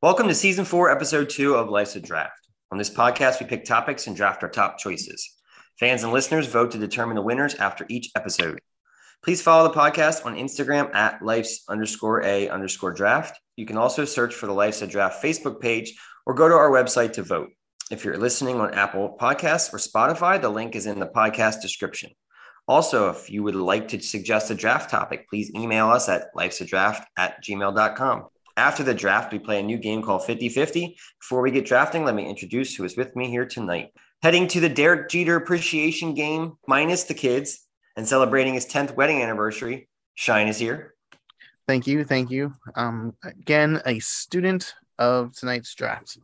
Welcome to season four, episode two of Life's a Draft. On this podcast, we pick topics and draft our top choices. Fans and listeners vote to determine the winners after each episode. Please follow the podcast on Instagram at life's underscore a underscore draft. You can also search for the Life's a Draft Facebook page or go to our website to vote. If you're listening on Apple Podcasts or Spotify, the link is in the podcast description. Also, if you would like to suggest a draft topic, please email us at lifesadraft at gmail.com. After the draft, we play a new game called 50 50. Before we get drafting, let me introduce who is with me here tonight. Heading to the Derek Jeter appreciation game, minus the kids, and celebrating his 10th wedding anniversary, Shine is here. Thank you, thank you. Um, again, a student of tonight's draft.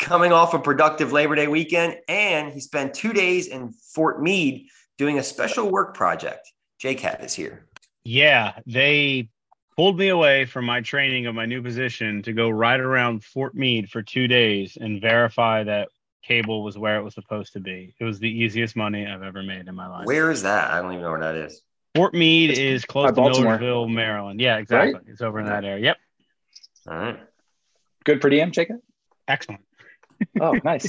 Coming off a productive Labor Day weekend, and he spent two days in Fort Meade doing a special work project. JCAT is here. Yeah, they pulled me away from my training of my new position to go right around Fort Meade for two days and verify that cable was where it was supposed to be. It was the easiest money I've ever made in my life. Where is that? I don't even know where that is. Fort Meade is close By to Baltimore. Millersville, Maryland. Yeah, exactly. It's over in that area. Yep. All right. Good per diem, Jacob. Excellent. Oh, nice.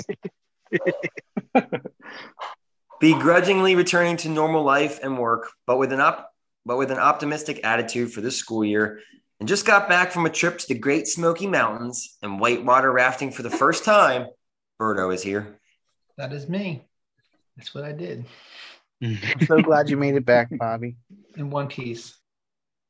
begrudgingly returning to normal life and work, but with an op- but with an optimistic attitude for this school year, and just got back from a trip to the Great Smoky Mountains and whitewater rafting for the first time. Birdo is here. That is me. That's what I did I'm so glad you made it back, Bobby. in one piece.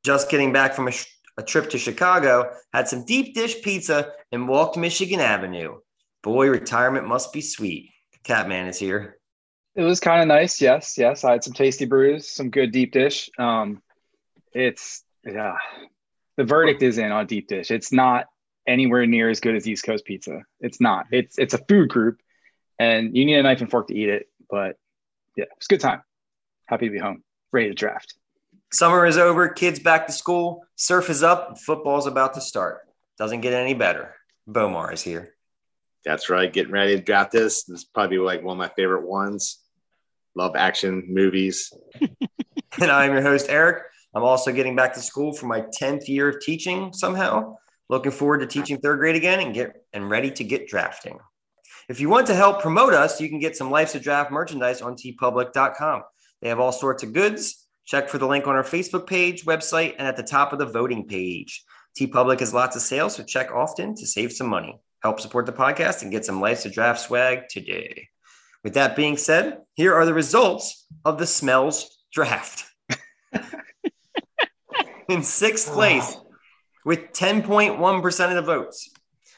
Just getting back from a, sh- a trip to Chicago, had some deep dish pizza and walked Michigan Avenue. Boy, retirement must be sweet. Catman is here. it was kind of nice. Yes, yes. I had some tasty brews, some good deep dish. Um, it's yeah. The verdict is in on deep dish. It's not anywhere near as good as East Coast pizza. It's not. It's it's a food group, and you need a knife and fork to eat it. But yeah, it's a good time. Happy to be home. Ready to draft. Summer is over, kids back to school, surf is up, and football's about to start. Doesn't get any better. Bomar is here. That's right. Getting ready to draft this. This is probably like one of my favorite ones. Love action movies. and I'm your host, Eric. I'm also getting back to school for my 10th year of teaching somehow. Looking forward to teaching third grade again and get and ready to get drafting. If you want to help promote us, you can get some Life's a Draft merchandise on tpublic.com. They have all sorts of goods. Check for the link on our Facebook page, website, and at the top of the voting page. TPublic has lots of sales, so check often to save some money. Help support the podcast and get some Life's a Draft swag today. With that being said, here are the results of the Smells Draft in sixth place with 10.1% of the votes.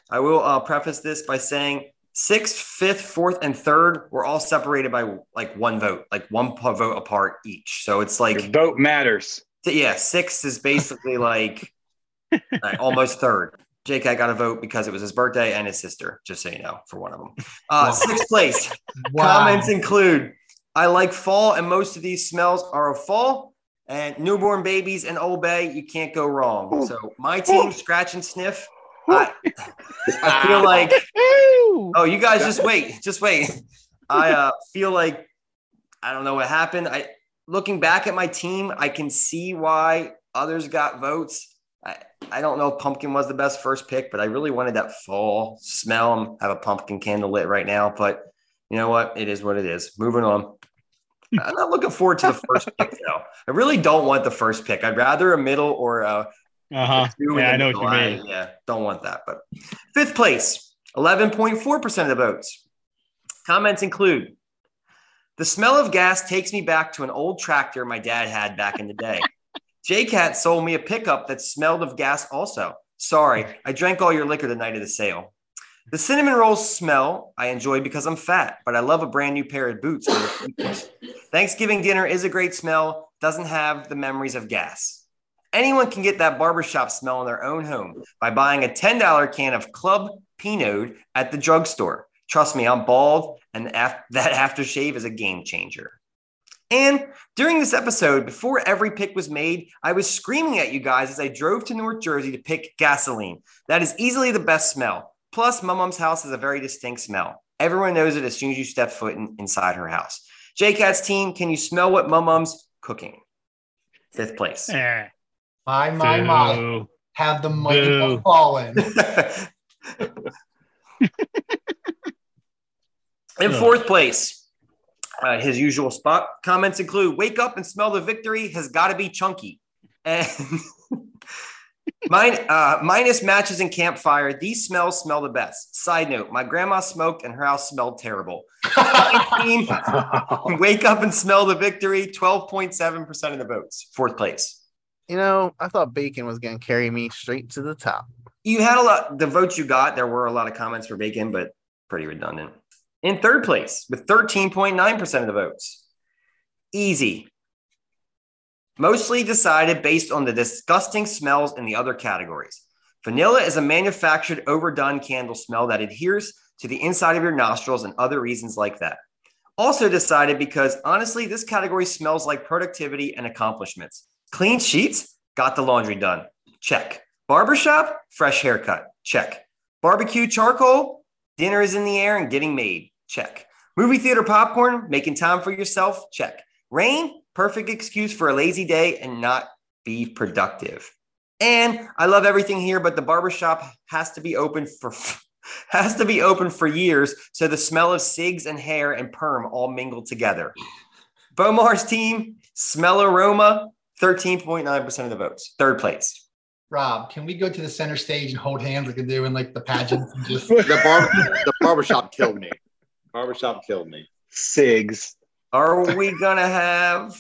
I will uh, preface this by saying sixth, fifth, fourth, and third were all separated by like one vote, like one po- vote apart each. So it's like, Your vote matters. yeah, sixth is basically like like, almost third. Jake, I got a vote because it was his birthday and his sister, just so you know, for one of them. Uh, sixth place, Comments include I like fall, and most of these smells are of fall. And newborn babies and Old Bay, you can't go wrong. So my team, scratch and sniff. I, I feel like oh, you guys just wait, just wait. I uh, feel like I don't know what happened. I looking back at my team, I can see why others got votes. I, I don't know if pumpkin was the best first pick, but I really wanted that fall smell. I have a pumpkin candle lit right now, but you know what? It is what it is. Moving on. I'm not looking forward to the first pick though. I really don't want the first pick. I'd rather a middle or a Uh huh. Two Yeah, in I know what you July. mean. Yeah, don't want that. But fifth place, 11.4% of the votes. Comments include the smell of gas takes me back to an old tractor my dad had back in the day. JCat sold me a pickup that smelled of gas also. Sorry, I drank all your liquor the night of the sale. The cinnamon rolls smell I enjoy because I'm fat, but I love a brand new pair of boots. when it's Christmas. Thanksgiving dinner is a great smell, doesn't have the memories of gas. Anyone can get that barbershop smell in their own home by buying a $10 can of Club Pinot at the drugstore. Trust me, I'm bald, and af- that aftershave is a game changer. And during this episode, before every pick was made, I was screaming at you guys as I drove to North Jersey to pick gasoline. That is easily the best smell. Plus, my mom's house has a very distinct smell. Everyone knows it as soon as you step foot in- inside her house. JCAT's team, can you smell what my mom's cooking? Fifth place. Eh, My, my, my. boo. have the mighty Boo. fall in. In fourth place, uh, his usual spot. Comments include wake up and smell the victory has got to be chunky. And mine, uh, minus matches and campfire, these smells smell the best. Side note my grandma smoked and her house smelled terrible. Team, wake up and smell the victory 12.7% of the votes, fourth place. You know, I thought bacon was gonna carry me straight to the top. you had a lot the votes you got there were a lot of comments for bacon but pretty redundant in third place with 13.9% of the votes easy mostly decided based on the disgusting smells in the other categories vanilla is a manufactured overdone candle smell that adheres to the inside of your nostrils and other reasons like that also decided because honestly this category smells like productivity and accomplishments clean sheets got the laundry done check Barbershop, fresh haircut, check. Barbecue charcoal, dinner is in the air and getting made, check. Movie theater popcorn, making time for yourself, check. Rain, perfect excuse for a lazy day and not be productive. And I love everything here, but the barbershop has to be open for has to be open for years, so the smell of cigs and hair and perm all mingle together. Bomar's team, smell aroma, 13.9% of the votes, third place. Rob, can we go to the center stage and hold hands like they do in like the pageant? And just The bar, the barbershop killed me. Barbershop killed me. Sigs. Are we gonna have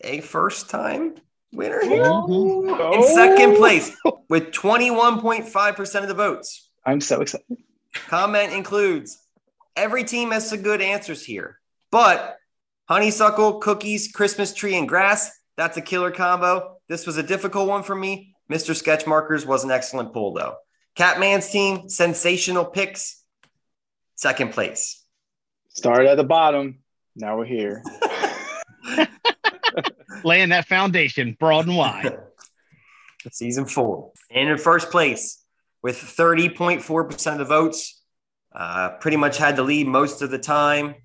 a first time winner here? In Oh. second place with 21.5% of the votes. I'm so excited. Comment includes every team has some good answers here, but honeysuckle, cookies, Christmas tree, and grass, that's a killer combo. This was a difficult one for me. Mr. Sketchmarkers was an excellent pull, though. Catman's team, sensational picks, second place. Started at the bottom. Now we're here. Laying that foundation broad and wide. season four. And in first place with 30.4% of the votes, uh, pretty much had the lead most of the time.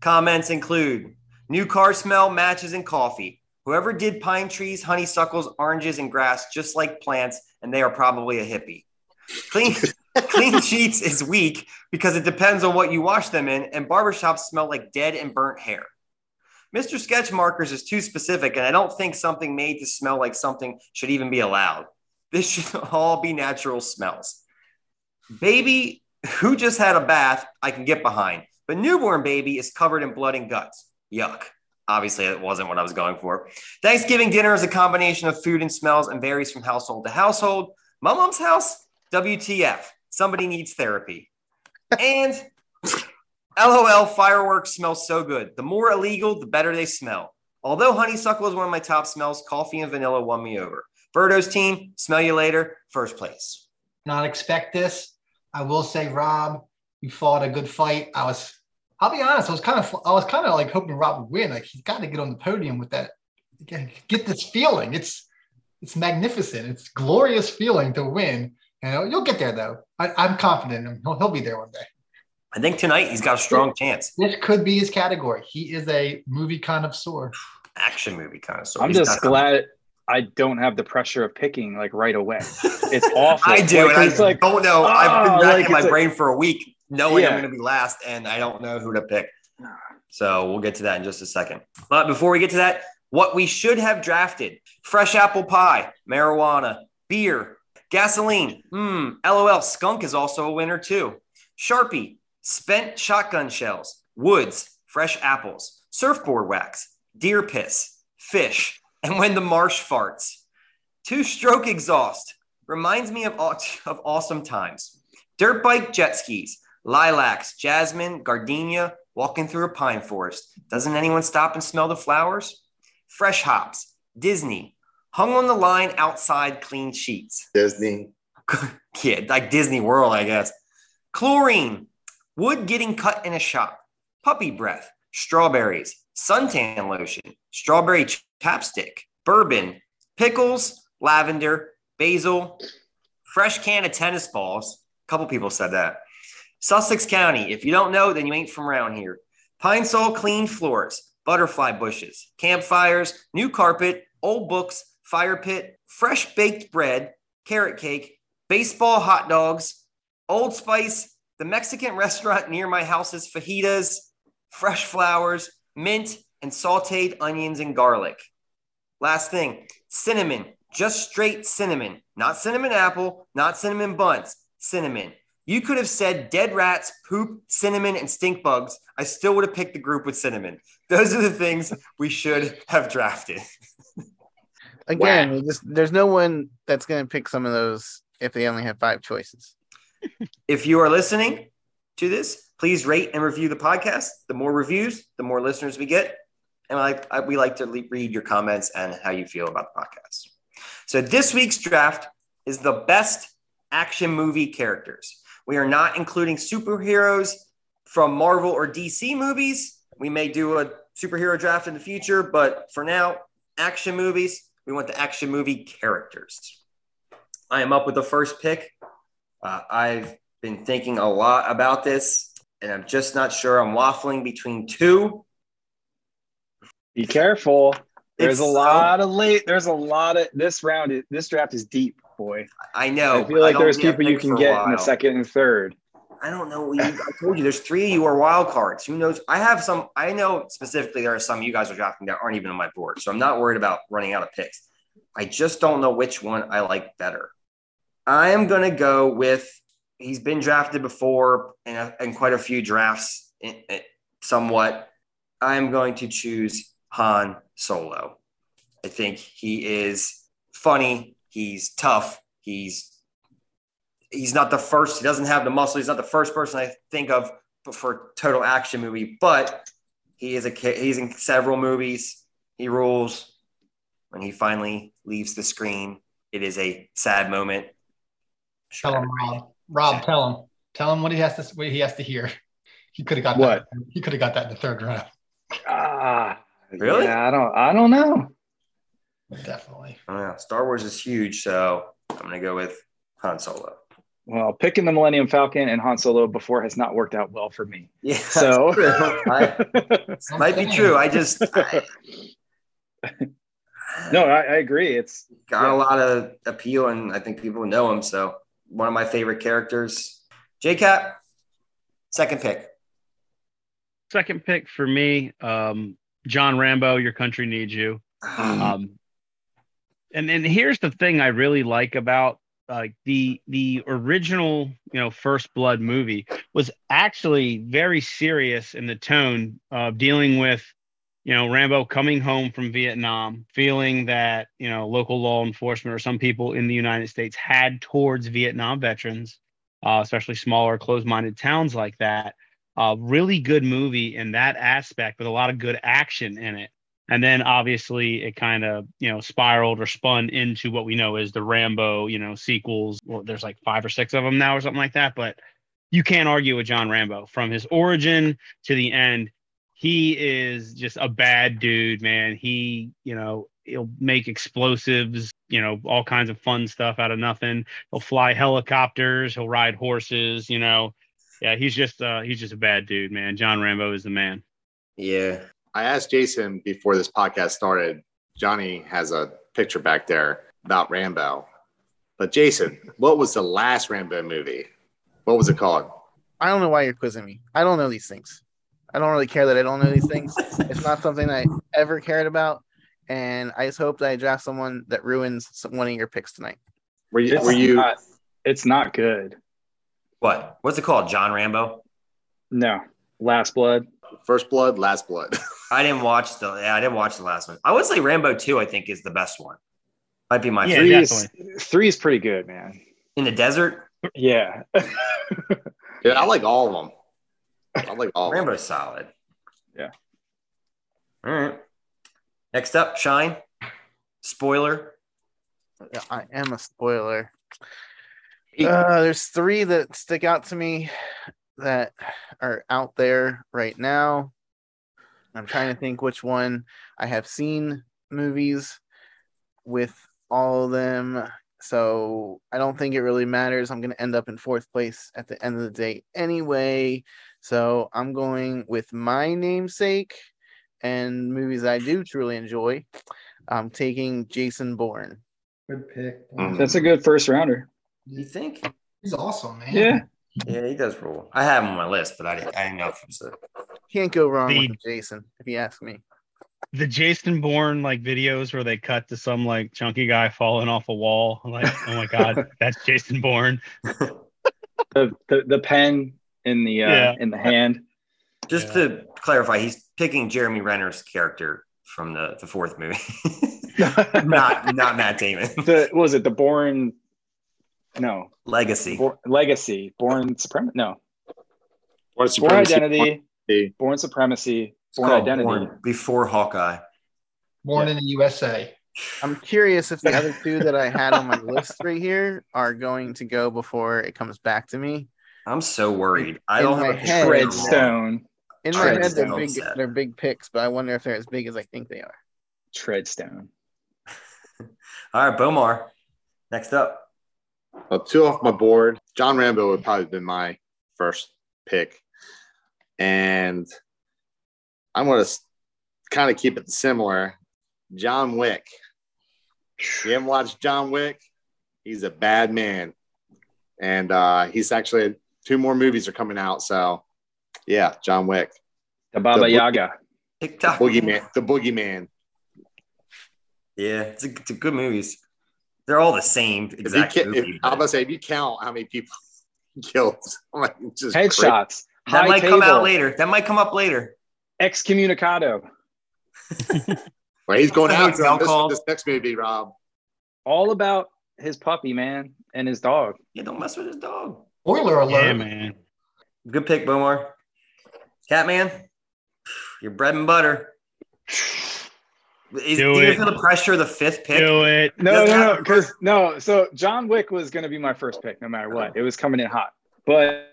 Comments include new car smell, matches, and coffee. Whoever did pine trees, honeysuckles, oranges, and grass just like plants, and they are probably a hippie. Clean, clean sheets is weak because it depends on what you wash them in, and barbershops smell like dead and burnt hair. Mr. Sketch Markers is too specific, and I don't think something made to smell like something should even be allowed. This should all be natural smells. Baby who just had a bath, I can get behind, but newborn baby is covered in blood and guts. Yuck. Obviously, that wasn't what I was going for. Thanksgiving dinner is a combination of food and smells and varies from household to household. My mom's house, WTF. Somebody needs therapy. And LOL fireworks smell so good. The more illegal, the better they smell. Although honeysuckle is one of my top smells, coffee and vanilla won me over. Verdo's team, smell you later, first place. not expect this. I will say, Rob, you fought a good fight. I was, I'll be honest, I was kind of, I was kind of like hoping Rob would win. Like he's got to get on the podium with that, get this feeling. It's, it's magnificent. It's glorious feeling to win. You know, you'll get there though. I, I'm confident. in him. He'll, he'll be there one day. I think tonight he's got a strong chance. This could be his category. He is a movie connoisseur. Action movie connoisseur. I'm He's just got something. glad I don't have the pressure of picking like right away. It's awful. I do. Like, and I it's like don't know. I've been oh, back like, in my it's like- brain for a week knowing I'm Yeah. going to be last, and I don't know who to pick. So we'll get to that in just a second. But before we get to that, what we should have drafted fresh apple pie, marijuana, beer, gasoline. Mmm. LOL. Skunk is also a winner, too. Sharpie, spent shotgun shells, woods, fresh apples, surfboard wax, deer piss, fish, and when the marsh farts. Two stroke exhaust reminds me of, aw- of awesome times. Dirt bike jet skis, lilacs, jasmine, gardenia, walking through a pine forest. Doesn't anyone stop and smell the flowers? Fresh hops, Disney, hung on the line outside clean sheets Disney. kid, like Disney World, I guess. Chlorine, wood getting cut in a shop, puppy breath, strawberries, suntan lotion, strawberry ch- chapstick, bourbon, pickles, lavender, basil, fresh can of tennis balls. A couple people said that. Sussex County, if you don't know, then you ain't from around here. Pine Sol clean floors, butterfly bushes, campfires, new carpet, old books, fire pit, fresh baked bread, carrot cake, baseball hot dogs, Old Spice, the Mexican restaurant near my house's fajitas, fresh flowers, mint, and sauteed onions and garlic. Last thing, cinnamon, just straight cinnamon, not cinnamon apple, not cinnamon buns, cinnamon. You could have said dead rats, poop, cinnamon, and stink bugs. I still would have picked the group with cinnamon. Those are the things we should have drafted. Again, we just, there's no one that's going to pick some of those if they only have five choices. If you are listening to this, please rate and review the podcast. The more reviews, the more listeners we get. And I like, I, we like to le- read your comments and how you feel about the podcast. So this week's draft is the best action movie characters. We are not including superheroes from Marvel or DC movies. We may do a superhero draft in the future, but for now, action movies. We want the action movie characters. I am up with the first pick. Uh, I've been thinking a lot about this, and I'm just not sure. I'm waffling between two. Be careful. There's It's a so- lot of late. There's a lot of this round. Is, this draft is deep, boy. Oh, I know. I feel like don't there's get a people you pick can for get in the while. second and third. I don't know. You, I told you there's three of you are wild cards. Who knows? I have some. I know specifically there are some you guys are drafting that aren't even on my board, so I'm not worried about running out of picks. I just don't know which one I like better. I am gonna go with he's been drafted before and in, in quite a few drafts, in- in- somewhat. I am going to choose Han Solo. I think he is funny. He's tough. He's he's not the first. He doesn't have the muscle. He's not the first person I think of for total action movie, but he is a ki- he's in several movies. He rules. When he finally leaves the screen, it is a sad moment. Tell him, Rob. Rob, tell him. Tell him what he has to what he has to hear. He could have got What? That. He could have got that in the third round. Ah, Really? Yeah, I don't. I don't know. Definitely. I don't know. Star Wars is huge, so I'm gonna go with Han Solo. Well, picking the Millennium Falcon and Han Solo before has not worked out well for me. Yeah, So I, might be true. I just I no, I, I agree. It's got a lot of appeal, and I think people know him. So one of my favorite characters, J Cap, second pick. Second pick for me, um, John Rambo, Your Country Needs You. Mm. um, and and here's the thing I really like about like the the original you know First Blood movie was actually very serious in the tone of dealing with you know Rambo coming home from Vietnam, feeling that you know local law enforcement or some people in the United States had towards Vietnam veterans, uh, especially smaller closed-minded towns like that. Uh, really good movie in that aspect with a lot of good action in it and then obviously it kind of you know spiraled or spun into what we know as the rambo you know sequels well there's like five or six of them now or something like that but you can't argue with john rambo from his origin to the end he is just a bad dude man he you know he'll make explosives you know all kinds of fun stuff out of nothing he'll fly helicopters he'll ride horses you know yeah he's just uh he's just a bad dude man john rambo is the man Yeah. I asked Jason before this podcast started. Johnny has a picture back there about Rambo. But Jason, what was the last Rambo movie? What was it called? I don't know why you're quizzing me. I don't know these things. I don't really care that I don't know these things. it's not something I ever cared about. And I just hope that I draft someone that ruins some, one of your picks tonight. Were you? it's Were you? Not, it's not good. What? What's it called? John Rambo? No, Last Blood. First Blood, Last Blood. I didn't watch the. Yeah, I didn't watch the last one. I would say Rambo Two. I think is the best one. Might be my Yeah, three favorite. is three is pretty good, man. In the desert, Yeah, Dude, I like all of them. I like all of them. Rambo's solid. Oh. Yeah. All right. Next up, Shine. Spoiler. Yeah, I am a spoiler. Uh, there's three that stick out to me that are out there right now. I'm trying to think which one I have seen movies with all of them. So I don't think it really matters. I'm going to end up in fourth place at the end of the day anyway. So I'm going with my namesake and movies I do truly enjoy. I'm taking Jason Bourne. Good pick. Mhm. Mm-hmm. That's a good first rounder. You think? He's awesome, man. Yeah. Yeah, he does rule. I have him on my list, but I didn't, I didn't know if it was a. Can't go wrong The- with Jason, if you ask me. The Jason Bourne like videos where they cut to some like chunky guy falling off a wall. I'm like, oh my god, that's Jason Bourne. The, the the pen in the uh, Yeah. in the hand. Just to clarify, he's picking Jeremy Renner's character from the, the fourth movie, not not Matt Damon. the what was it the born no Legacy. Bor- legacy born supremacy no Born born Supremacy, identity Identity. born supremacy It's born called identity Born before Hawkeye. Born in the USA. I'm curious if the other two that I had on my list right here are going to go before it comes back to me. I'm so worried. I In don't my have a head- trailer. treadstone In my Alright, head, they're so big, sad. they're big picks, but I wonder if they're as big as I think they are. treadstone All right, Bomar. Next up. Well, two off my board. John Rambo would probably have been my first pick. And I'm going to kind of keep it similar. John Wick. You haven't watched John Wick? He's a bad man. And uh, he's actually, two more movies are coming out. So, yeah, John Wick. the baba The book- yaga TikTok. Boogeyman. The Boogeyman. Yeah, it's a, it's a good movies. They're all the same If you exact ca- if, movie. but I'm going to say, if you count how many people he killed, I'm like, just crazy. headshots that high might come out table, later. That might come up later. excommunicado Well, he's going That's out how on it's this, all this next movie, Rob. all about his puppy man and his dog Yeah, don't mess with his dog. Spoiler alert. Yeah, man. Good pick, Bomar. Catman, your bread and butter. Is, Do do you it. feel the pressure of the fifth pick? Do it. no Doesn't no no happen. because no so john wick was going to be my first pick no matter what it was coming in hot but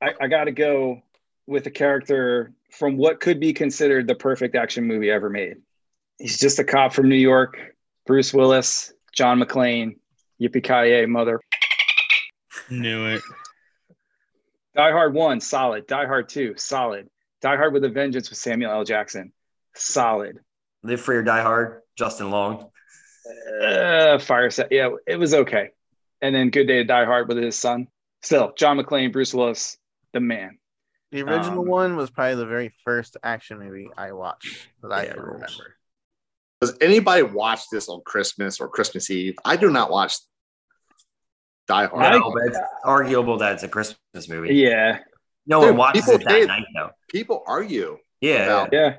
i, I got to go with a character from what could be considered the perfect action movie ever made he's just a cop from new york bruce willis john mcclane yippee-ki-yay mother Knew it. die hard 1 solid die hard 2 solid die hard with a vengeance with samuel l jackson solid Live free or die hard. Justin Long. uh, fire set. Yeah, it was okay. And then Good Day to Die Hard with his son. Still, John McClane, Bruce Willis, the man. The original Um, one was probably the very first action movie I watched that I Yeah, ever rules. remember. Does anybody watch this on Christmas or Christmas Eve? I do not watch Die Hard. I- No, but it's arguable that it's a Christmas movie. Yeah, No Dude, one watches people it that did. night though. People argue. Yeah, About- yeah.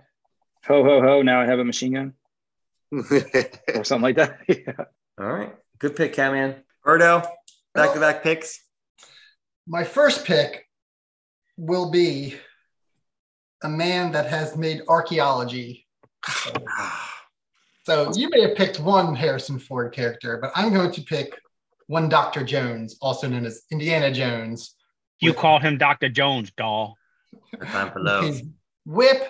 Ho ho ho! Now I have a machine gun or something like that. yeah. All right. Good pick, Catman. Erdo, back to back picks. My first pick will be a man that has made archaeology. So you may have picked one Harrison Ford character, but I'm going to pick one Dr. Jones, also known as Indiana Jones. You call him Dr. Jones, doll. No time for with love. His whip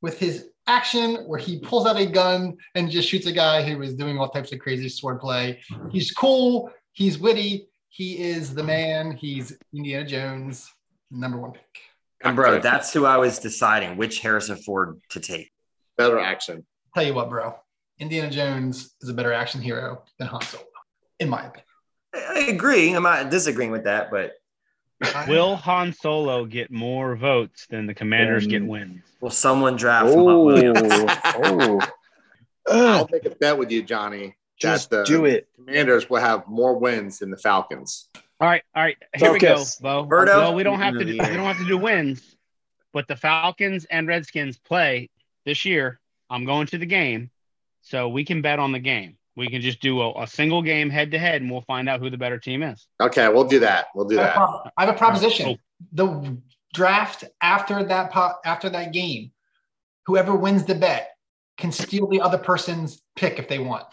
with his action where he pulls out a gun and just shoots a guy who is doing all types of crazy swordplay. Mm-hmm. He's cool, he's witty, he is the man, he's Indiana Jones, number one pick. And bro, that's who I was deciding which Harrison Ford to take. better action. Tell you what, bro, Indiana Jones is a better action hero than Han Solo, in my opinion. I I agree. I'm not disagreeing with that, but I- Will Han Solo get more votes than the commanders get wins? will someone draft Lamont Oh, Williams? oh. I'll Ugh, make a bet with you, Johnny. just the- do it. Commanders will have more wins than the Falcons. All right, all right. Here we go, Focus. Bo. Birdo? Well, we don't have to. End of the Do, we year. don't have to do wins, but the Falcons and Redskins play this year. I'm going to the game, so we can bet on the game. We can just do a, a single game head to head, and we'll find out who the better team is. Okay, we'll do that. We'll do I have, a that. pro- I have a proposition. Oh. The draft after that po- after that game, whoever wins the bet can steal the other person's pick if they want.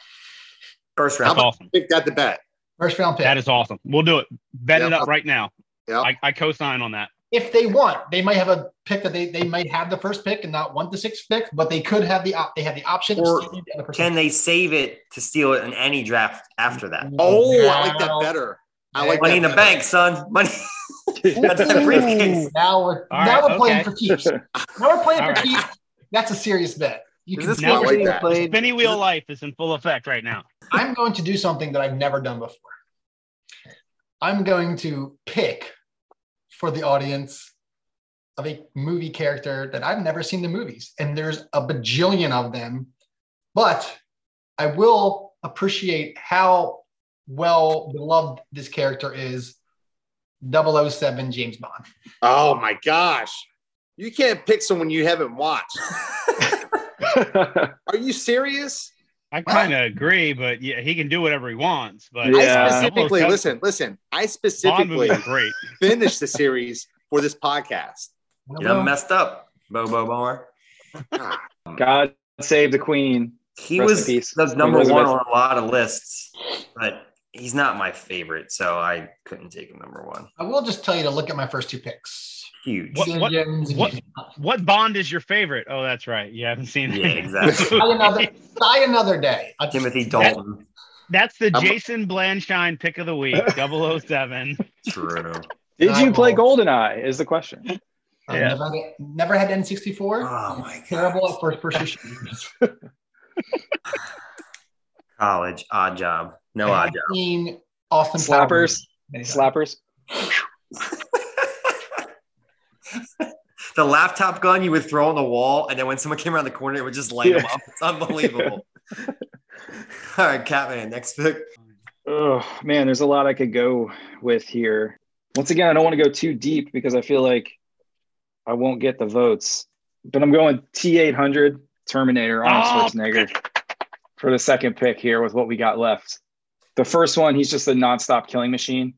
First That's round. awesome. Pick that the bet. First round pick. That is awesome. We'll do it. Bet it Yeah. up right now. Yep. I, I co-sign on that. if they want, they might have a pick that they, they might have the first pick and not want the sixth pick, but they could have the op- they have the option of Or stealing the other Can person. they save it to steal it in any draft after that? oh, I like that better. I like Money in that the better. bank, son. Money. That's the briefcase. Now we're All now right, we're playing okay. for keeps. Now we're playing All for right. keeps. That's a serious bet. You Is can this Now one I like being that. played? Spinny wheel life is in full effect right now. I'm going to do something that I've never done before. I'm going to pick for the audience of a movie character that I've never seen the movies, and there's a bajillion of them, but I will appreciate how well beloved this character is. 007 James Bond. Oh my gosh. You can't pick someone you haven't watched. Are you serious? I kind of agree, but yeah, he can do whatever he wants. But Yeah. I specifically, listen, listen, I Bond movies specifically are great. finished the series for this podcast. You done messed up, Bobo Bar. God save the Queen. He Rest in was peace. the Queen number one Elizabeth. on a lot of lists, but he's not my favorite, so I couldn't take him number one. I will just tell you to look at my first two picks. Huge. What- Julia Jones and what- James Bond. What Bond is your favorite? Oh, that's right. You haven't seen Yeah, it. exactly. Die another, die another day. I'll just- Timothy Dalton. That's the I'm- Jason Blanshine pick of the week, 007. True. Did you play Oh. Goldeneye? Is the question. I've Yeah. Um, never, had- never had N64. Oh my Terrible god. at first person shooters. College, odd job. No I odd have seen Austin Slappers. Powers. Slappers. job. The laptop gun you would throw on the wall, and then when someone came around the corner, it would just light them up. It's unbelievable. All right, Catman, next pick. Oh man, there's a lot I could go with here. Once again, I don't want to go too deep because I feel like I won't get the votes. But I'm going T800 Terminator Oh. Arnold Schwarzenegger for the second pick here with what we got left. The first one, he's just a nonstop killing machine.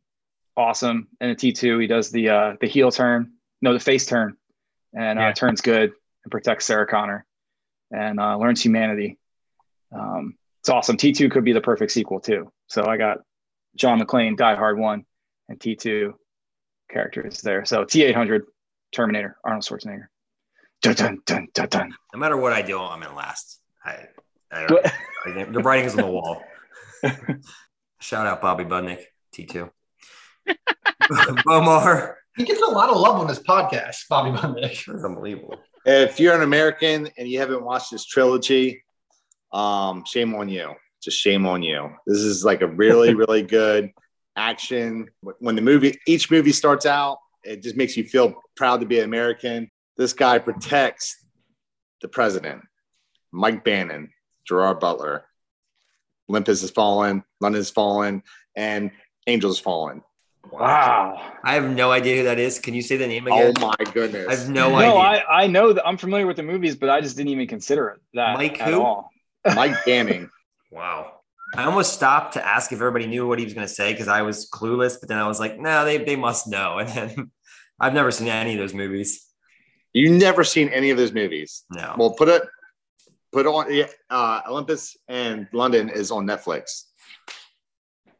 Awesome. And a T2, he does the uh, the heel turn, no, the face turn, and Yeah. uh, turns good and protects Sarah Connor and uh, learns humanity. Um, it's awesome. T2 could be the perfect sequel too. So I got John McClane, Die Hard One, and T2 characters there. So T800, Terminator, Arnold Schwarzenegger. Dun dun dun dun dun. No matter what I do, I'm in last. I, I, don't- I think the writing's on the wall. Shout out Bobby Budnick, T2. Bomar. He gets a lot of love on this podcast, Bobby Bundick. That's unbelievable. If you're an American and you haven't watched this trilogy, um, shame on you. Just shame on you. This is like a really, really good action. When the movie, each movie starts out, it just makes you feel proud to be an American. This guy protects the president, Mike Bannon, Gerard Butler. Olympus has fallen, London has fallen, and Angels fallen. Wow. I have no idea who that is. Can you say the name Oh again? my goodness. I have no, No, idea. I, I know that I'm familiar with the movies, but I just didn't even consider it that Mike at who? all. Mike Banning. Wow. I almost stopped to ask if everybody knew what he was going to say because I was clueless, but then I was like, no, they, they must know. And then I've never seen any of those movies. You never seen any of those movies. No. Well, put it put on yeah, uh, Olympus and London is on Netflix.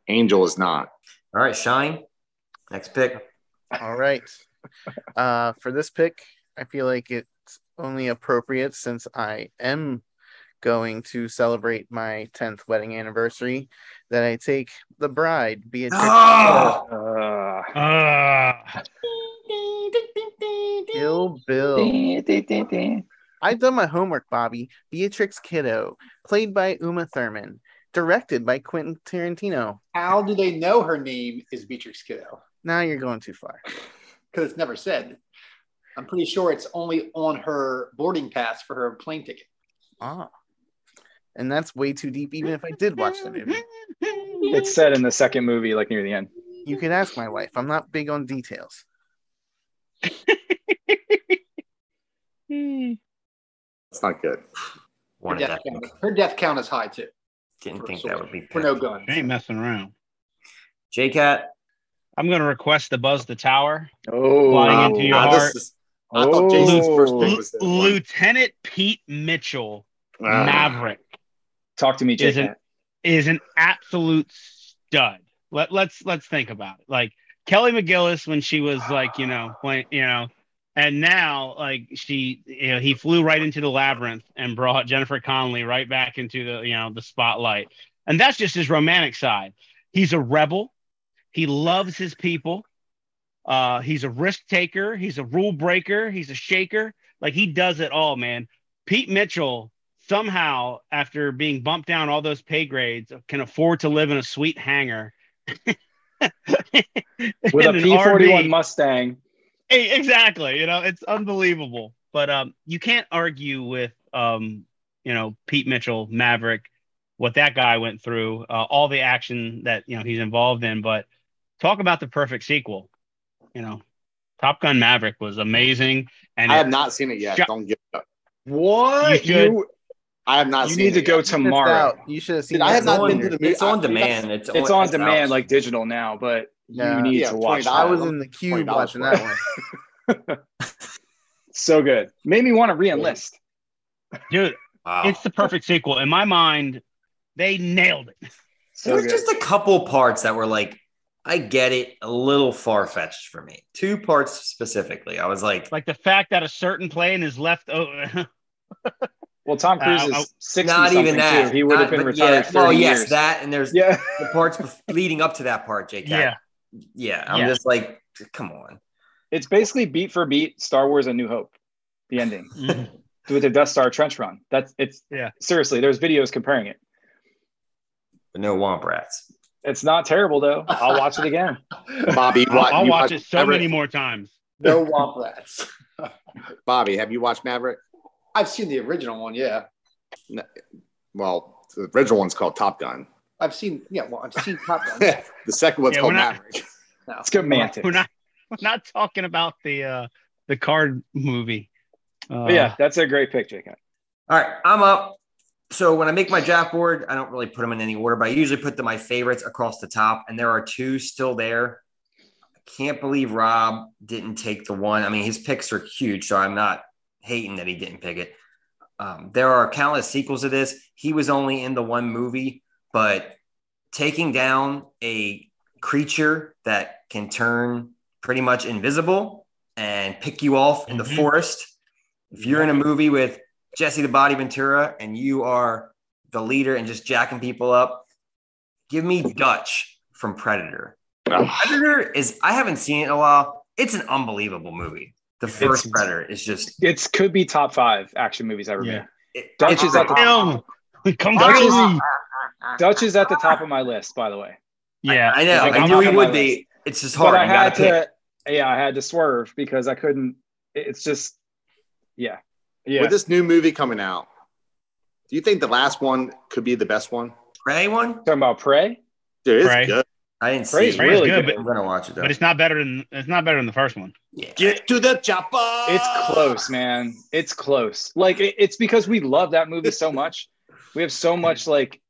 Angel is not. All right, Shine. Next pick. All right. Uh, for this pick, I feel like it's only appropriate since I am going to celebrate my 10th wedding anniversary that I take the bride, Beatrix. Oh! Uh, Ah. Kill Bill. I've done my homework, Bobby. Beatrix Kiddo, played by Uma Thurman, directed by Quentin Tarantino. How do they know her name is Beatrix Kiddo? Now you're going too far. Because it's never said. I'm pretty sure it's only on her boarding pass for her plane ticket. Ah. And that's way too deep, even if I did watch the movie. it's said in the second movie, like near the end. You can ask my wife. I'm not big on details. It's not good. Her Wanted death, that. count, her death count is high too. Didn't for think sure. that would be For picked. no guns. Ain't messing around. J-Cat. I'm going to request the Buzz the Tower. Oh, Flying into your Ah, this heart. is- I thought Jason's first pick Lu- was that one. Lieutenant Pete Mitchell, Ah. Maverick, Talk to me, Is Jason. it- is an absolute stud. Let, let's let's think about it. Like Kelly McGillis when she was like, you know, when you know, and now like she, you know, he flew right into the labyrinth and brought Jennifer Connelly right back into the, you know, the spotlight. And that's just his romantic side. He's a rebel. He loves his people. Uh, he's a risk taker. He's a rule breaker. He's a shaker. Like he does it all, man. Pete Mitchell somehow, after being bumped down all those pay grades, can afford to live in a sweet hangar with a In an P forty RV. one Mustang. E- exactly you know it's unbelievable but um you can't argue with um you know pete mitchell maverick what that guy went through uh, all the action that you know he's involved in but talk about the perfect sequel you know top gun maverick was amazing and I it- have not seen it yet. Shut- Don't give up. What You should- you? I have not You seen need to it go yet. It's tomorrow. out. You should have seen. Dude, I that have not been earlier. to the It's I- on that's- demand. It's, It's on demand, like digital now, but Yeah. you need Yeah, to watch. I $20. that. was in the queue $20 watching for that it. one. so good. Made me want to reenlist. dude wow. it's the perfect sequel in my mind they nailed it there So was good. just a couple parts that were like, I get it, a little far fetched for me. Two parts specifically. I was like, like the fact that a certain plane is left over well, Tom Cruise Uh, I- is sixty not something even that. too. He would Not- have been but retired Yeah, for well, yes, years. that and there's yeah. the parts bef- leading up to that part, Jake. yeah yeah. I'm Yeah. just like, come on. It's basically beat for beat Star Wars: A New Hope, the ending Mhm. with the Death Star trench run. That's it's. Yeah. Seriously, there's videos comparing it. But no womp rats. It's not terrible though. I'll watch it again. Bobby, I'll, wa- I'll you watch watch it so Maverick? many more times No womp rats. Bobby, have you watched Maverick? I've seen the original one. Yeah, Well, the original one's called Top Gun. I've seen. Yeah, well, I've seen Top Gun. the second one's Yeah, called we're not- Maverick. No. It's good man. We're not we're not talking about the uh the card movie. Uh, But Uh-huh. yeah, that's a great pick, Jacob. All right, I'm up. So when I make my draft board, I don't really put them in any order, but I usually put the, my favorites across the top, and there are two still there. I can't believe Rob didn't take the one. I mean, his picks are huge, so I'm not hating that he didn't pick it. Um, there are countless sequels to this. He was only in the one movie, but taking down a creature that can turn pretty much invisible and pick you off in the Mhm. forest. If you're in a movie with Jesse the Body Ventura and you are the leader and just jacking people up, give me Dutch from Predator. Predator is I haven't seen it in a while. It's an unbelievable movie. The first Predator is just It's could be top five action movies ever Yeah. made. it- Dutch it's is at the- Film! Come Dutch to is- me. Dutch is at the top of my list, by the way. Yeah, I know. Like, I I'm knew not he on would my be. It's just but hard. I You gotta had pick. to, yeah, I had to swerve because I couldn't. it- It's just, yeah, yeah. With this new movie coming out, do you think the last one could be the best one? Prey one? Talking about prey, Dude, it's Right. good. I didn't see. prey's it. Prey's really good, good. I'm gonna watch it though. but it's not better than it's not better than the first one. yeah. Get to the chopper. It's close, man. It's close. Like it, it's because we love that movie so much. We have so much like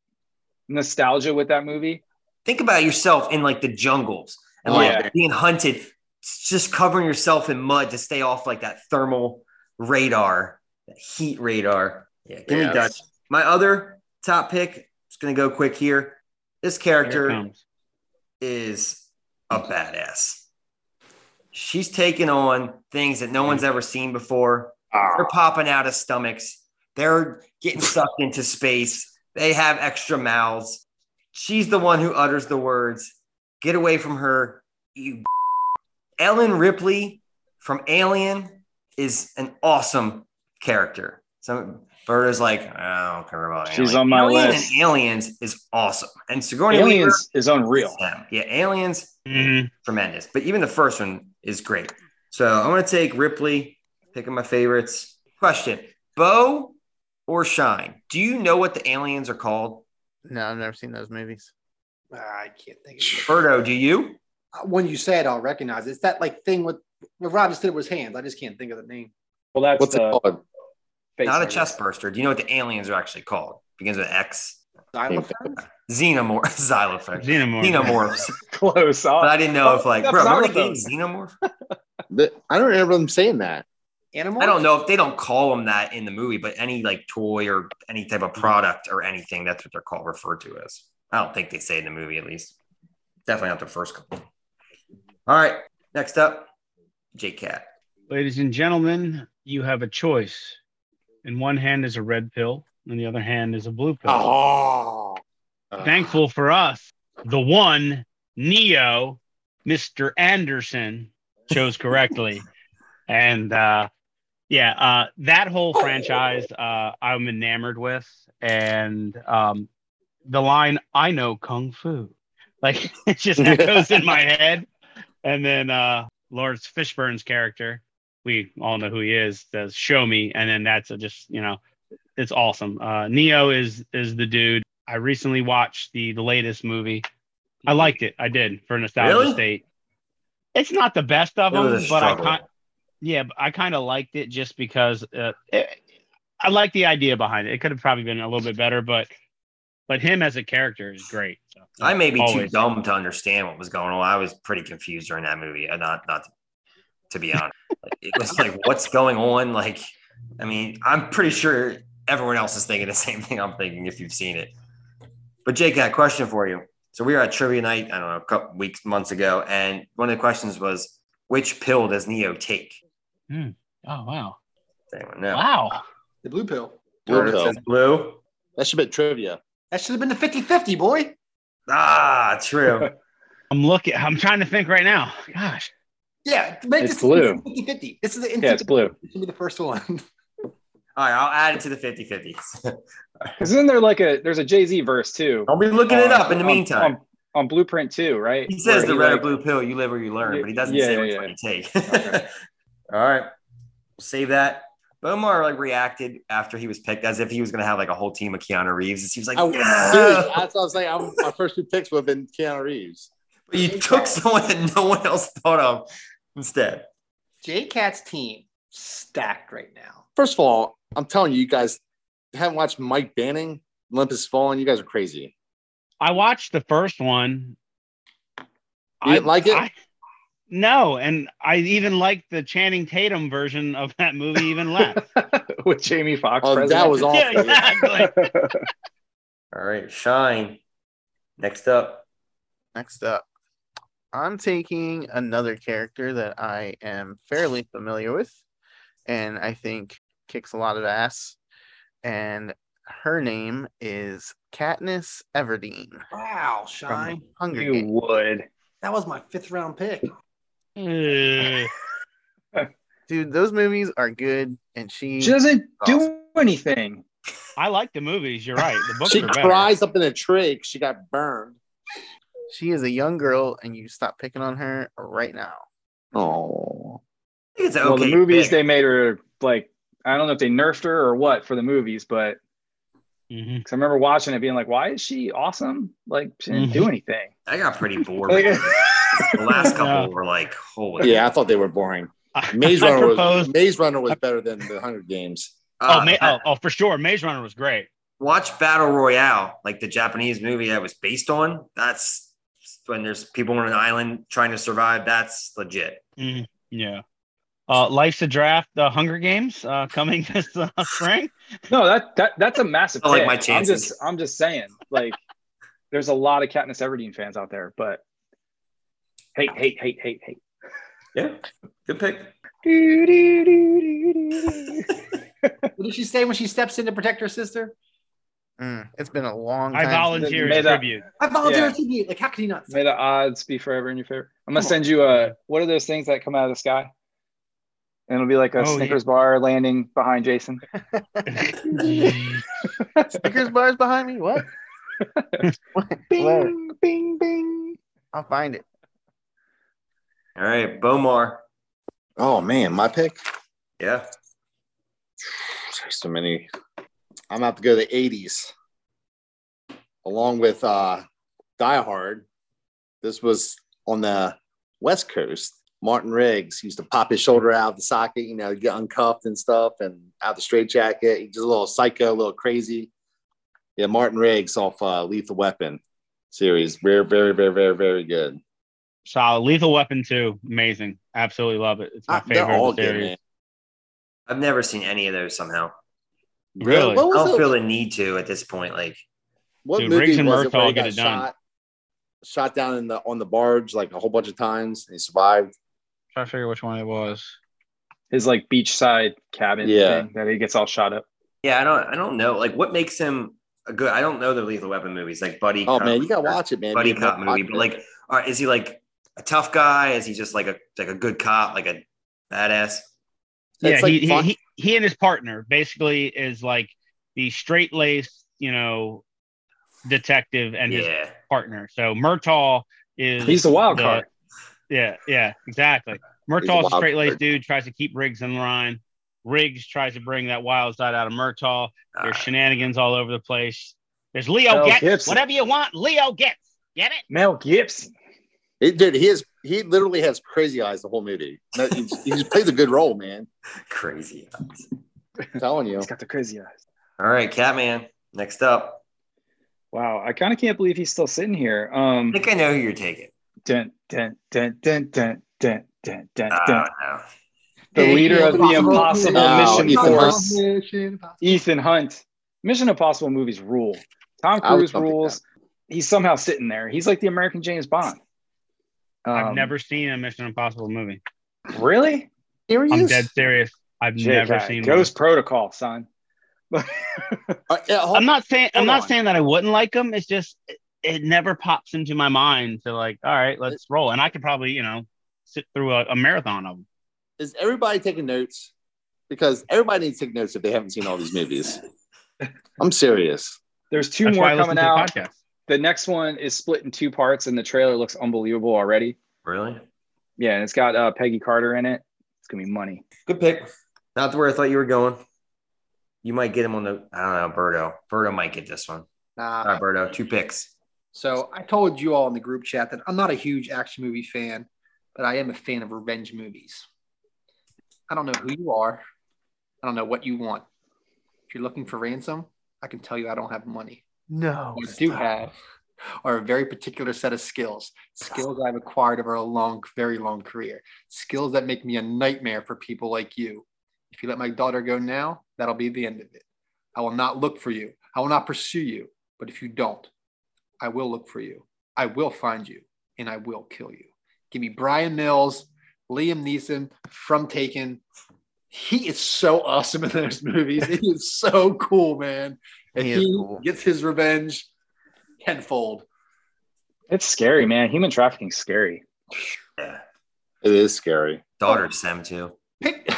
nostalgia with that movie. Think about yourself in like the jungles and Oh, like yeah. being hunted, s- just covering yourself in mud to stay off like that thermal radar, that heat radar. Yeah, give me Yes. Dutch. My other top pick, just gonna go quick here. This Here it character comes. is a badass. She's taking on things that no one's ever seen before. They're Ah, popping out of stomachs. They're getting sucked into space. They have extra mouths. She's the one who utters the words. Get away from her, you. Ellen Ripley from Alien is an awesome character. Some Berta's like, I don't care about She's Alien." on my Alien list. And Aliens is awesome. And Sigourney Weaver, Aliens is unreal. yeah, yeah, Aliens Mhm. tremendous. But even the first one is great. So I'm going to take Ripley, picking my favorites. Question Bow or Shine? Do you know what the aliens are called? No, I've never seen those movies. I can't think. Of it. Birdo, do you? When you say it, I'll recognize it. It's that like thing with what Rob just did with his hands. I just can't think of the name. Well, that's what's it the called? face Not a of it. chest burster. Do you know what the aliens are actually called? Begins with X. Xylophone? Xenomorph. Xylophone. Xenomorph. Xenomorphs. Close. But I'll, I didn't know if, like, That's bro, remember not the one game of Xenomorph? The- I don't remember them saying that. Animal? I don't know if they don't call them that in the movie, but any like toy or any type of product or anything, that's what they're called, referred to as. I don't think they say it in the movie, at least. Definitely not the first couple. All right. Next up, J Cat. Ladies and gentlemen, you have a choice. In one hand is a red pill, and the other hand is a blue pill. Oh, Thankful for us, the one Neo, Mr. Anderson, chose correctly. and uh, yeah, uh, that whole franchise uh, I'm enamored with, and um, the line "I know kung fu," like it just echoes in my head. And then uh, Lawrence Fishburne's character, we all know who he is, says "Show me," and then that's a just you know, it's awesome. Uh, Neo is is the dude. I recently watched the the latest movie. I liked it. I did for nostalgia Mm-hmm. Really? state. It's not the best of It was a them, but I struggle. kind yeah, but I kind of liked it just because uh, it, I like the idea behind it. It could have probably been a little bit better, but but him as a character is great. So, I may be too always. dumb to understand what was going on. I was pretty confused during that movie. Uh, Not not to be honest, Like, it was like what's going on. Like, I mean, I'm pretty sure everyone else is thinking the same thing I'm thinking if you've seen it. But Jake, I had a question for you. So we were at trivia night. I don't know a couple weeks months ago, and one of the questions was which pill does Neo take? Oh wow, Does anyone know? wow! The blue pill. Blue It pill. says blue. That should be trivia. That should have been the 50 50, boy. Ah, true. I'm looking. I'm trying to think right now. Gosh, Yeah, make It's this blue. 50 50. This is the Yeah, it's blue. This should be the first one. All right, I'll add it to the 50 50s. Isn't there like a there's a Jay Z verse too? I'll be looking it up in Oh, the on- meantime. on, on Blueprint too, right? He says Where the red like- or blue pill, you live or you learn, but he doesn't Yeah, say yeah, which yeah. one you take. Okay. All right. Save that. But Omar like reacted after he was picked as if he was gonna have like a whole team of Keanu Reeves. And he was like, I, "Yeah." dude, that's what I was saying. I, my first two picks would have been Keanu Reeves. but you took someone that no one else thought of instead. J Cat's team stacked right now. First of all, I'm telling you, you guys haven't watched Mike Banning, Olympus Fallen. You guys are crazy. I watched the first one. You didn't like it? no, and I even liked the Channing Tatum version of that movie even less. with Jamie Foxx. Oh, that president. was awful. yeah, exactly. All right, Shine. Next up. Next up, I'm taking another character that I am fairly familiar with and I think kicks a lot of ass. And her name is Katniss Everdeen Wow, from Shine. Hunger you Games. would. That was my fifth round pick. Ugh. Dude, those movies are good and she She doesn't Awesome. do anything. I like the movies. You're right. The books She are better. cries up in a tree 'cause she got burned. she is a young girl and you stop picking on her right now. Oh, I think it's an well, okay the movies pick. they made her like I don't know if they nerfed her or what for the movies, but Mhm. 'cause I remember watching it being like, why is she awesome? Like she didn't do anything. I got pretty bored. Like, with it. the last couple Yeah. were like, holy yeah, I thought they were boring. Maze Mm-hmm. I Runner was proposed- Maze Runner was better than the Hunger Games. Uh, oh, Ma- oh, oh, for sure. Maze Runner was great. watch Battle Royale, like the Japanese movie that was based on. That's when there's people on an island trying to survive. That's legit. Mm, yeah. Uh, Life's a Draft, The Hunger Games uh, coming this uh, spring. No, that, that that's a massive. I like my pick. I'm chances. just I'm just saying, like, there's a lot of Katniss Everdeen fans out there, but hate, hate, hate, hate, hate. Yeah, good pick. Do, do, do, do, do. What did she say when she steps in to protect her sister? Mm, it's been a long I time. volunteer May as the- tribute. I volunteer Yeah. to be like, how can you not? May the odds be forever in your favor. I'm gonna send you a what are those things that come out of the sky? And it'll be like a Oh, yeah. Snickers bar landing behind Jason. Snickers bars behind me. What? Where? bing, bing, bing. I'll find it. All right, Bomar. Oh man, my pick. Yeah, There's so many. I'm about to go to the 80s. Along with uh Die Hard. This was on the West Coast. Martin Riggs used to pop his shoulder out of the socket, you know, get uncuffed and stuff and out of the straitjacket. He's just a little psycho, a little crazy. Yeah, Martin Riggs off uh, Lethal Weapon series. Very, very, very, very, very good. Solid. Lethal Weapon 2. Amazing. Absolutely love it. It's my Uh, they're favorite all of the good, series. man. I've never seen any of those. Somehow, Really? What I was don't it? feel the need to at this point. Like, What Dude, movie Riggs and was it where Murtaugh he get got it done. shot, shot down in the on the barge like a whole bunch of times and he survived? Try to figure which one it was. His like beachside cabin Yeah. thing that he gets all shot up. yeah, I don't, I don't know. Like, what makes him a good? I don't know the Lethal Weapon movies, like Buddy. Oh Cop- man, you gotta watch it, man. Buddy You gotta Cop movie. watch But it. like, all right, is he like a tough guy? Is he just like a like a good cop, like a badass? yeah, It's like he, he- fun- he, he and his partner basically is like the straight laced, you know, detective and his yeah. partner. So Murtaugh is He's the wild the- card. Yeah, yeah, exactly. wild Murtaugh's a straight laced card. dude, tries to keep Riggs in line. Riggs tries to bring that wild side out of Murtaugh. All Ah. There's right. shenanigans all over the place. There's Leo Mel gets Gibson. whatever you want. Leo gets. Get it? Mel Gibson. He- dude, he is he literally has crazy eyes the whole movie. No, he, just- he just plays a good role, man. Ah, Crazy. I'm telling you. He's got the crazy eyes. All right, Catman. Next up. Wow, I kind of can't believe he's still sitting here. Um, I think I know who you're taking. dun, dun, dun, dun, dun, dun, dun, dun, Uh, I dun. don't know. The Yeah, leader of the Impossible. Impossible No, Mission Ethan Force, Hunt. Mission Impossible. Ethan Hunt. Mission Impossible movies rule. Tom I was Cruise bumping rules. He's somehow sitting there. He's like the American James Bond. I've Um, never seen a Mission Impossible movie. really. Here he I'm is. dead serious. I've never JK, seen one. Ghost Protocol, son. Uh, yeah, hold- I'm not saying I'm Hold not on. saying that I wouldn't like them. It's just it, it never pops into my mind to like, all right, let's roll. And I could probably you know sit through a, a marathon of them. is everybody taking notes? Because everybody needs to take notes if they haven't seen all these movies. I'm serious. There's two That's why I more listen coming to out. the podcast. The next one is split in two parts, and the trailer looks unbelievable already. Really? Yeah, and it's got uh, Peggy Carter in it. It's gonna be money. Good pick. Not where I thought you were going. You might get him on the. I don't know, Birdo. Birdo might get this one. All Nah. right, Birdo. Two picks. So I told you all in the group chat that I'm not a huge action movie fan, but I am a fan of revenge movies. I don't know who you are. I don't know what you want. If you're looking for ransom, I can tell you I don't have money. No. What I do have are a very particular set of skills, skills I've acquired over a long, very long career, skills that make me a nightmare for people like you. If you let my daughter go now, that'll be the end of it. I will not look for you. I will not pursue you. But if you don't, I will look for you. I will find you and I will kill you. Give me Brian Mills, Liam Neeson from Taken. He is so awesome in those movies. He is so cool, man. And He he, is cool. gets his revenge tenfold. It's scary, man. Human trafficking's scary. Yeah. It is scary. Daughter's them too. Pic-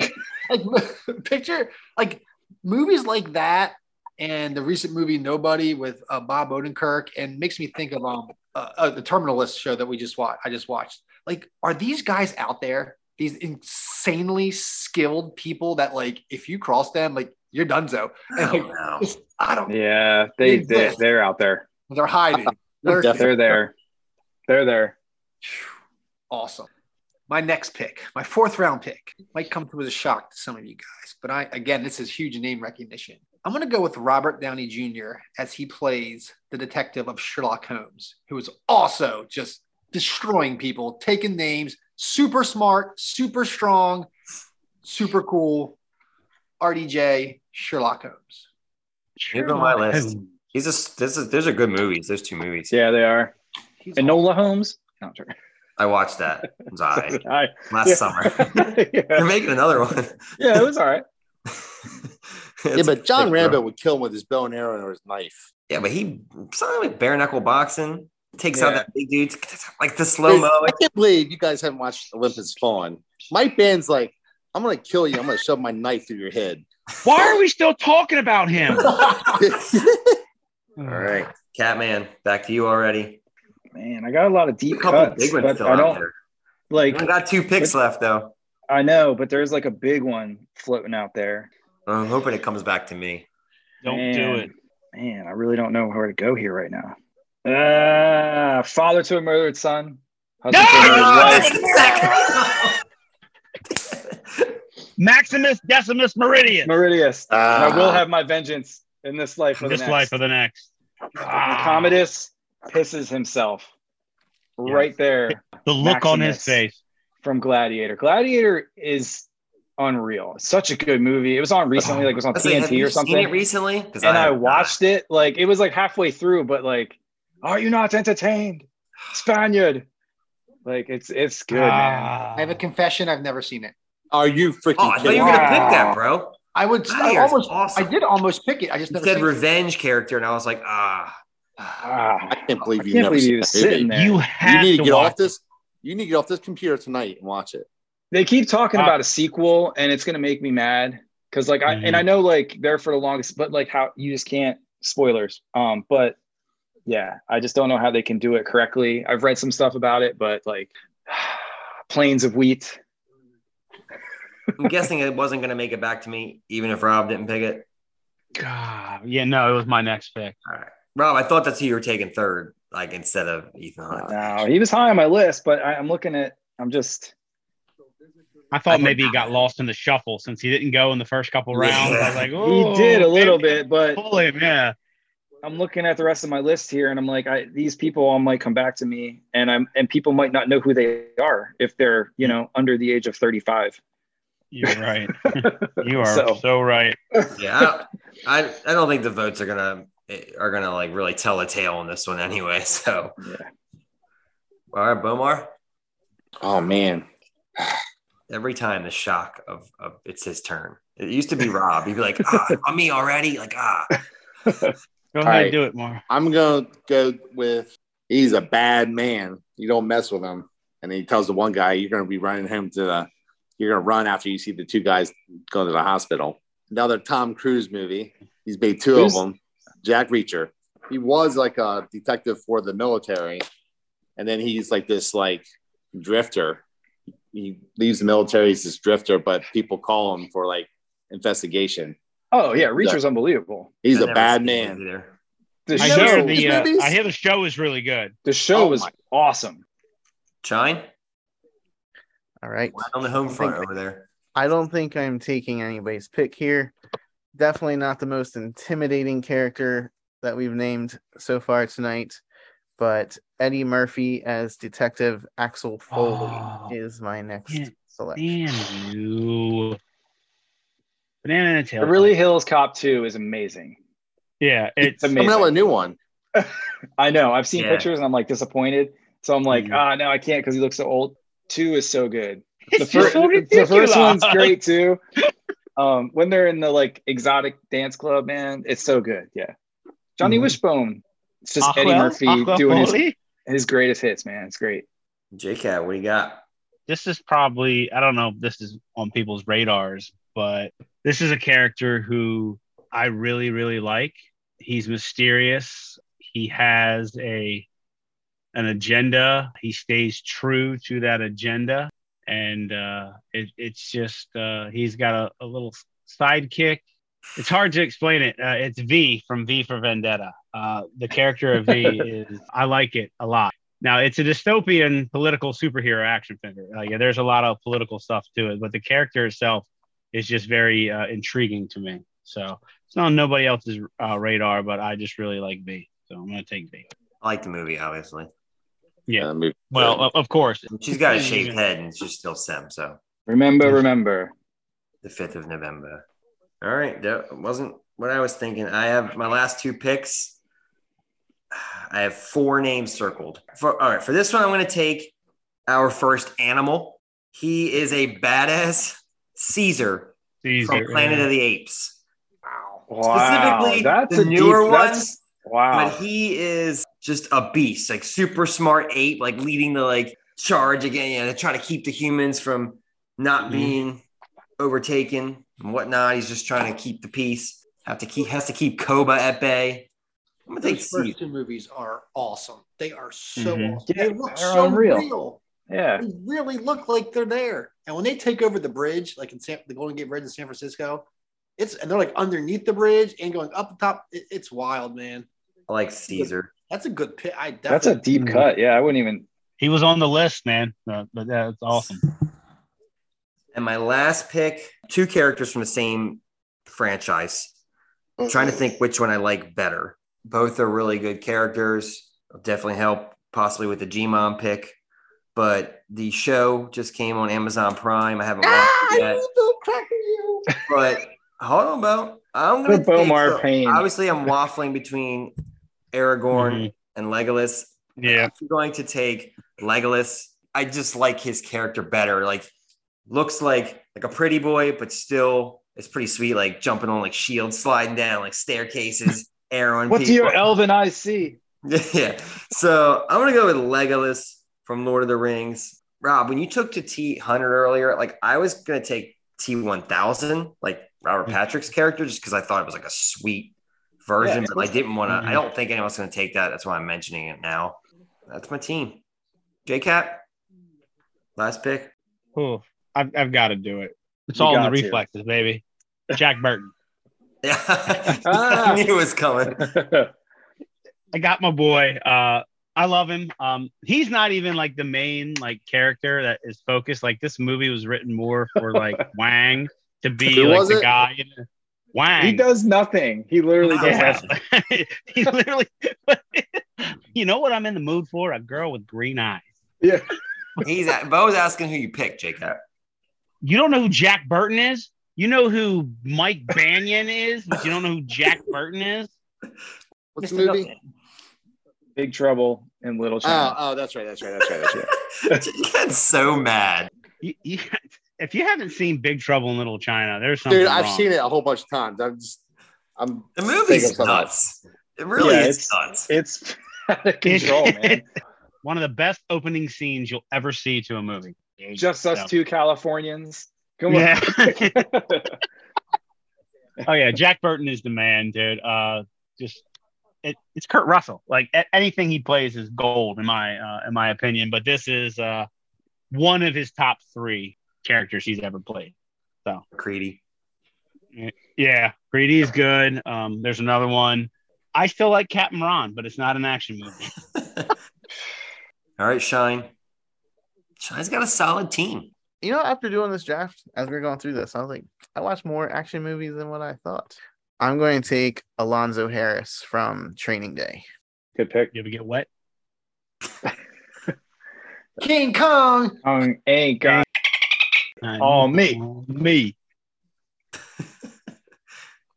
like picture like movies like that and the recent movie Nobody with uh, Bob Odenkirk and makes me think of um uh, uh, the Terminalist show that we just watched. I just watched. Like, are these guys out there? These insanely skilled people that like if you cross them, like you're donezo. I And don't like, know. just, I don't. Yeah, they, Big they list. they're out there. They're hiding. They're They're Definitely. there. They're there. Awesome. My next pick, my fourth round pick, might come to as a shock to some of you guys, but I again, this is huge name recognition. I'm going to go with Robert Downey Jr. as he plays the detective of Sherlock Holmes, who is also just destroying people, taking names, super smart, super strong, super cool. RDJ Sherlock Holmes. Here go my list. He's a. This is. Those are good movies. Those two movies. Yeah, they are. He's And Nola Holmes. No, I'm joking. I watched that. It was all right. I- Last Yeah. summer. They're yeah. making another one. yeah, it was all right. yeah, but John Rambo. Rambo would kill him with his bow and arrow or his knife. Yeah, but he something like bare knuckle boxing takes out Yeah. that big dude like the slow mo. I can't believe you guys haven't watched Olympus Fallen. Mike Band's like, I'm gonna kill you. I'm gonna shove my knife through your head. Why are we still talking about him? All right, Catman, back to you already. Man, I got a lot of A deep couple cuts, big ones but still I out don't there. We like. only got two picks left though. I know, but there's like a big one floating out there. I'm hoping it comes back to me. Don't Man, do it. man. I really don't know where to go here right now. Uh, father to a murdered son. Husband to a murdered wife. Maximus Decimus Meridian. Meridius. Uh, and I will Ah. have my vengeance in this life. Or the this next. life of the next. And Commodus pisses himself right there The look on his Maximus. face. from Gladiator. Gladiator is unreal. It's such a good movie. It was on recently, like it was on I was like, have TNT you or something. Seen it recently? Because and I, watched it like it was like halfway through, but like, are you not entertained, Spaniard? Like it's it's good, man. Ah. I have a confession. I've never seen it. Are you freaking Oh, I thought kidding? you were gonna me? pick that, Wow. bro. I would. I Gladiator's almost. awesome. I did almost pick it. I just You never said seen it. revenge character, and I was like, ah, Ah, I can't believe I you can't never believe seen he was that movie. sitting there. You You have need to to get watch off this. You need to get off this computer tonight and watch it. They keep talking Wow. about a sequel, and it's gonna make me mad because, like, I Mm-hmm. and I know like they're for the longest, but like how you just can't spoilers. Um, but yeah, I just don't know how they can do it correctly. I've read some stuff about it, but like, planes of wheat. I'm guessing it wasn't going to make it back to me, even if Rob didn't pick it. God, yeah, no, it was my next pick. Rob, I thought that's who you were taking third, like instead of Ethan Hunt. No, he was high on my list, but I, I'm looking at. I'm just. I I thought thought- maybe he got lost in the shuffle since he didn't go in the first couple rounds. I was like, He oh, did a little maybe bit, but Pull him, yeah. I'm looking at the rest of my list here, and I'm like, I, these people all might come back to me, and I'm and people might not know who they are if they're Mm-hmm. you know under the age of 35. You're right. you are So- so, right. Yeah, I, I I don't think the votes are gonna are gonna like really tell a tale on this one anyway. So, Yeah. all right, Bomar. Oh man, Every time the shock of, of it's his turn. It used to be Rob. He'd be like, ah, on me already. Like, ah, Go All ahead, right. do it more. I'm gonna go with he's a bad man. You don't mess with him. And he tells the one guy, "You're gonna be running him to the. You're gonna run after you see the two guys go to the hospital." Another Tom Cruise movie. He's made two Who's- of them. Jack Reacher. He was like a detective for the military, and then he's like this like drifter. He leaves the military. He's this drifter, but people call him for like investigation. Oh yeah, Reacher's unbelievable. He's I a never bad seen it man. Either. The I show- hear show, the His uh, movies? I hear the show is really good. the show Oh was my- awesome. Chine, All right. right on the home front over there. I don't think I'm taking anybody's pick here. Definitely not the most intimidating character that we've named so far tonight, but Eddie Murphy as Detective Axel Foley Oh. is my next Yeah. selection. Damn you. Banana in a The tail. Really Hills Cop 2 is amazing. Yeah, it's It's amazing. Coming out with a new one. I know. I've seen Yeah. pictures and I'm like disappointed. So I'm like, Mhm. ah, no, I can't because he looks so old. Two is so good. The, It's just fir- so the ridiculous. first one's great too. Um, when they're in the like exotic dance club, man, it's so good. Yeah. Johnny Mhm. Wishbone. It's just Eddie Aqua- Murphy Aqua doing his, Foley? his greatest hits, man. It's great. J Cat, what do you got? This is probably I don't know if this is on people's radars, but this is a character who I really really like. He's mysterious. He has a an agenda. He stays true to that agenda, and uh, it, it's just uh, he's got a, a little sidekick. It's hard to explain it. Uh, it's V from V for Vendetta. Uh, the character of V is I like it a lot. Now it's a dystopian political superhero action figure. Uh, yeah, there's a lot of political stuff to it, but the character itself is just very uh, intriguing to me. So it's not on nobody else's uh, radar, but I just really like V. So I'm gonna take V. I like the movie, obviously. Yeah. Uh, movie. Well, of- of course. She's got a shaved head and she's still Sim. So Remember, remember. the 5th of November. All right. That wasn't what I was thinking. I have my last two picks. I have four names circled. For, all right. For this one, I'm going to take our first animal. He is a badass Caesar from Planet of the Apes. Wow. Specifically, That's the a newer deep, ones. that's- Wow. But he is just a beast, like super smart ape, like leading the like charge again, you know, to try to keep the humans from not Mhm. being overtaken and whatnot. He's just trying to keep the peace. Have to keep has to keep Koba at bay. I'm gonna take Those Caesar. first two movies are awesome. They are so Mhm. awesome. Yeah, they look they're so unreal. real. yeah. They really look like they're there. And when they take over the bridge, like in San, the Golden Gate Bridge in San Francisco, it's and they're like underneath the bridge and going up the top. It- it's wild, man. I like Caesar. That's a good pick. I That's a definitely deep Mhm. cut. Yeah. I wouldn't even. He was on the list, man. Uh, but that's awesome. And my last pick, two characters from the same franchise. I'm trying to think which one I like better. Both are really good characters. It'll definitely help possibly with the Gmon pick. But the show just came on Amazon Prime. I haven't watched it yet. But hold on, Bo. I'm gonna The Bomar take- Pain. Obviously, I'm waffling between Aragorn and Legolas. Yeah. I'm going to take Legolas. I just like his character better. Like, looks like like a pretty boy, but still it's pretty sweet. Like jumping on like shields, sliding down like staircases, arrowing What do people. your elven eyes see? yeah. So I'm gonna go with Legolas from Lord of the Rings. Rob, when you took to T Hunter earlier, like I was gonna take T one thousand, like Robert Mm-hmm. Patrick's character, just because I thought it was like a sweet version, Yeah. mm-hmm. but I didn't want to. I Mhm. don't think anyone's gonna take that. That's why I'm mentioning it now. That's my team. JCap, last pick. Oh, I've, I've got to do it. It's You all in the got to. reflexes, baby. Jack Burton. Yeah, Ah. I knew it was coming. I got my boy. Uh, I love him. Um, he's not even like the main like character that is focused. Like this movie was written more for like Wang to be Who like was the it? guy. In Wang. he does nothing. He literally does Yeah. nothing. he literally. you know what I'm in the mood for? A girl with green eyes. Yeah. He's at, Bo's asking who you picked, JCap. You don't know who Jack Burton is. You know who Mike Banyan is, but you don't know who Jack Burton is. What's Mr. the movie? Milton. Big Trouble in Little Oh, China. oh, that's right, that's right, that's right, that's right. He gets so mad. You- you- if you haven't seen Big Trouble in Little China, there's something Dude, I've wrong. seen it a whole bunch of times. I'm just, I'm. The thinking of movie's something else. nuts. It really Yeah, is nuts. it's- It's out of control, man. One of the best opening scenes you'll ever see to a movie. Just us So- two Californians. Come on. Yeah. oh yeah, Jack Burton is the man, dude. Uh, just it, it's Kurt Russell. Like a- anything he plays is gold in my uh, in my opinion. But this is uh, one of his top three characters he's ever played. Creedy. Yeah, Greedy is good. Um, there's another one. I still like Captain Ron, but it's not an action movie. All right, Shine. Shine's got a solid team. You know, after doing this draft, as we are going through this, I was like, I watched more action movies than what I thought. I'm going to take Alonzo Harris from Training Day. Good pick. You ever get wet? King Kong. Um, ain't got Oh, me. me.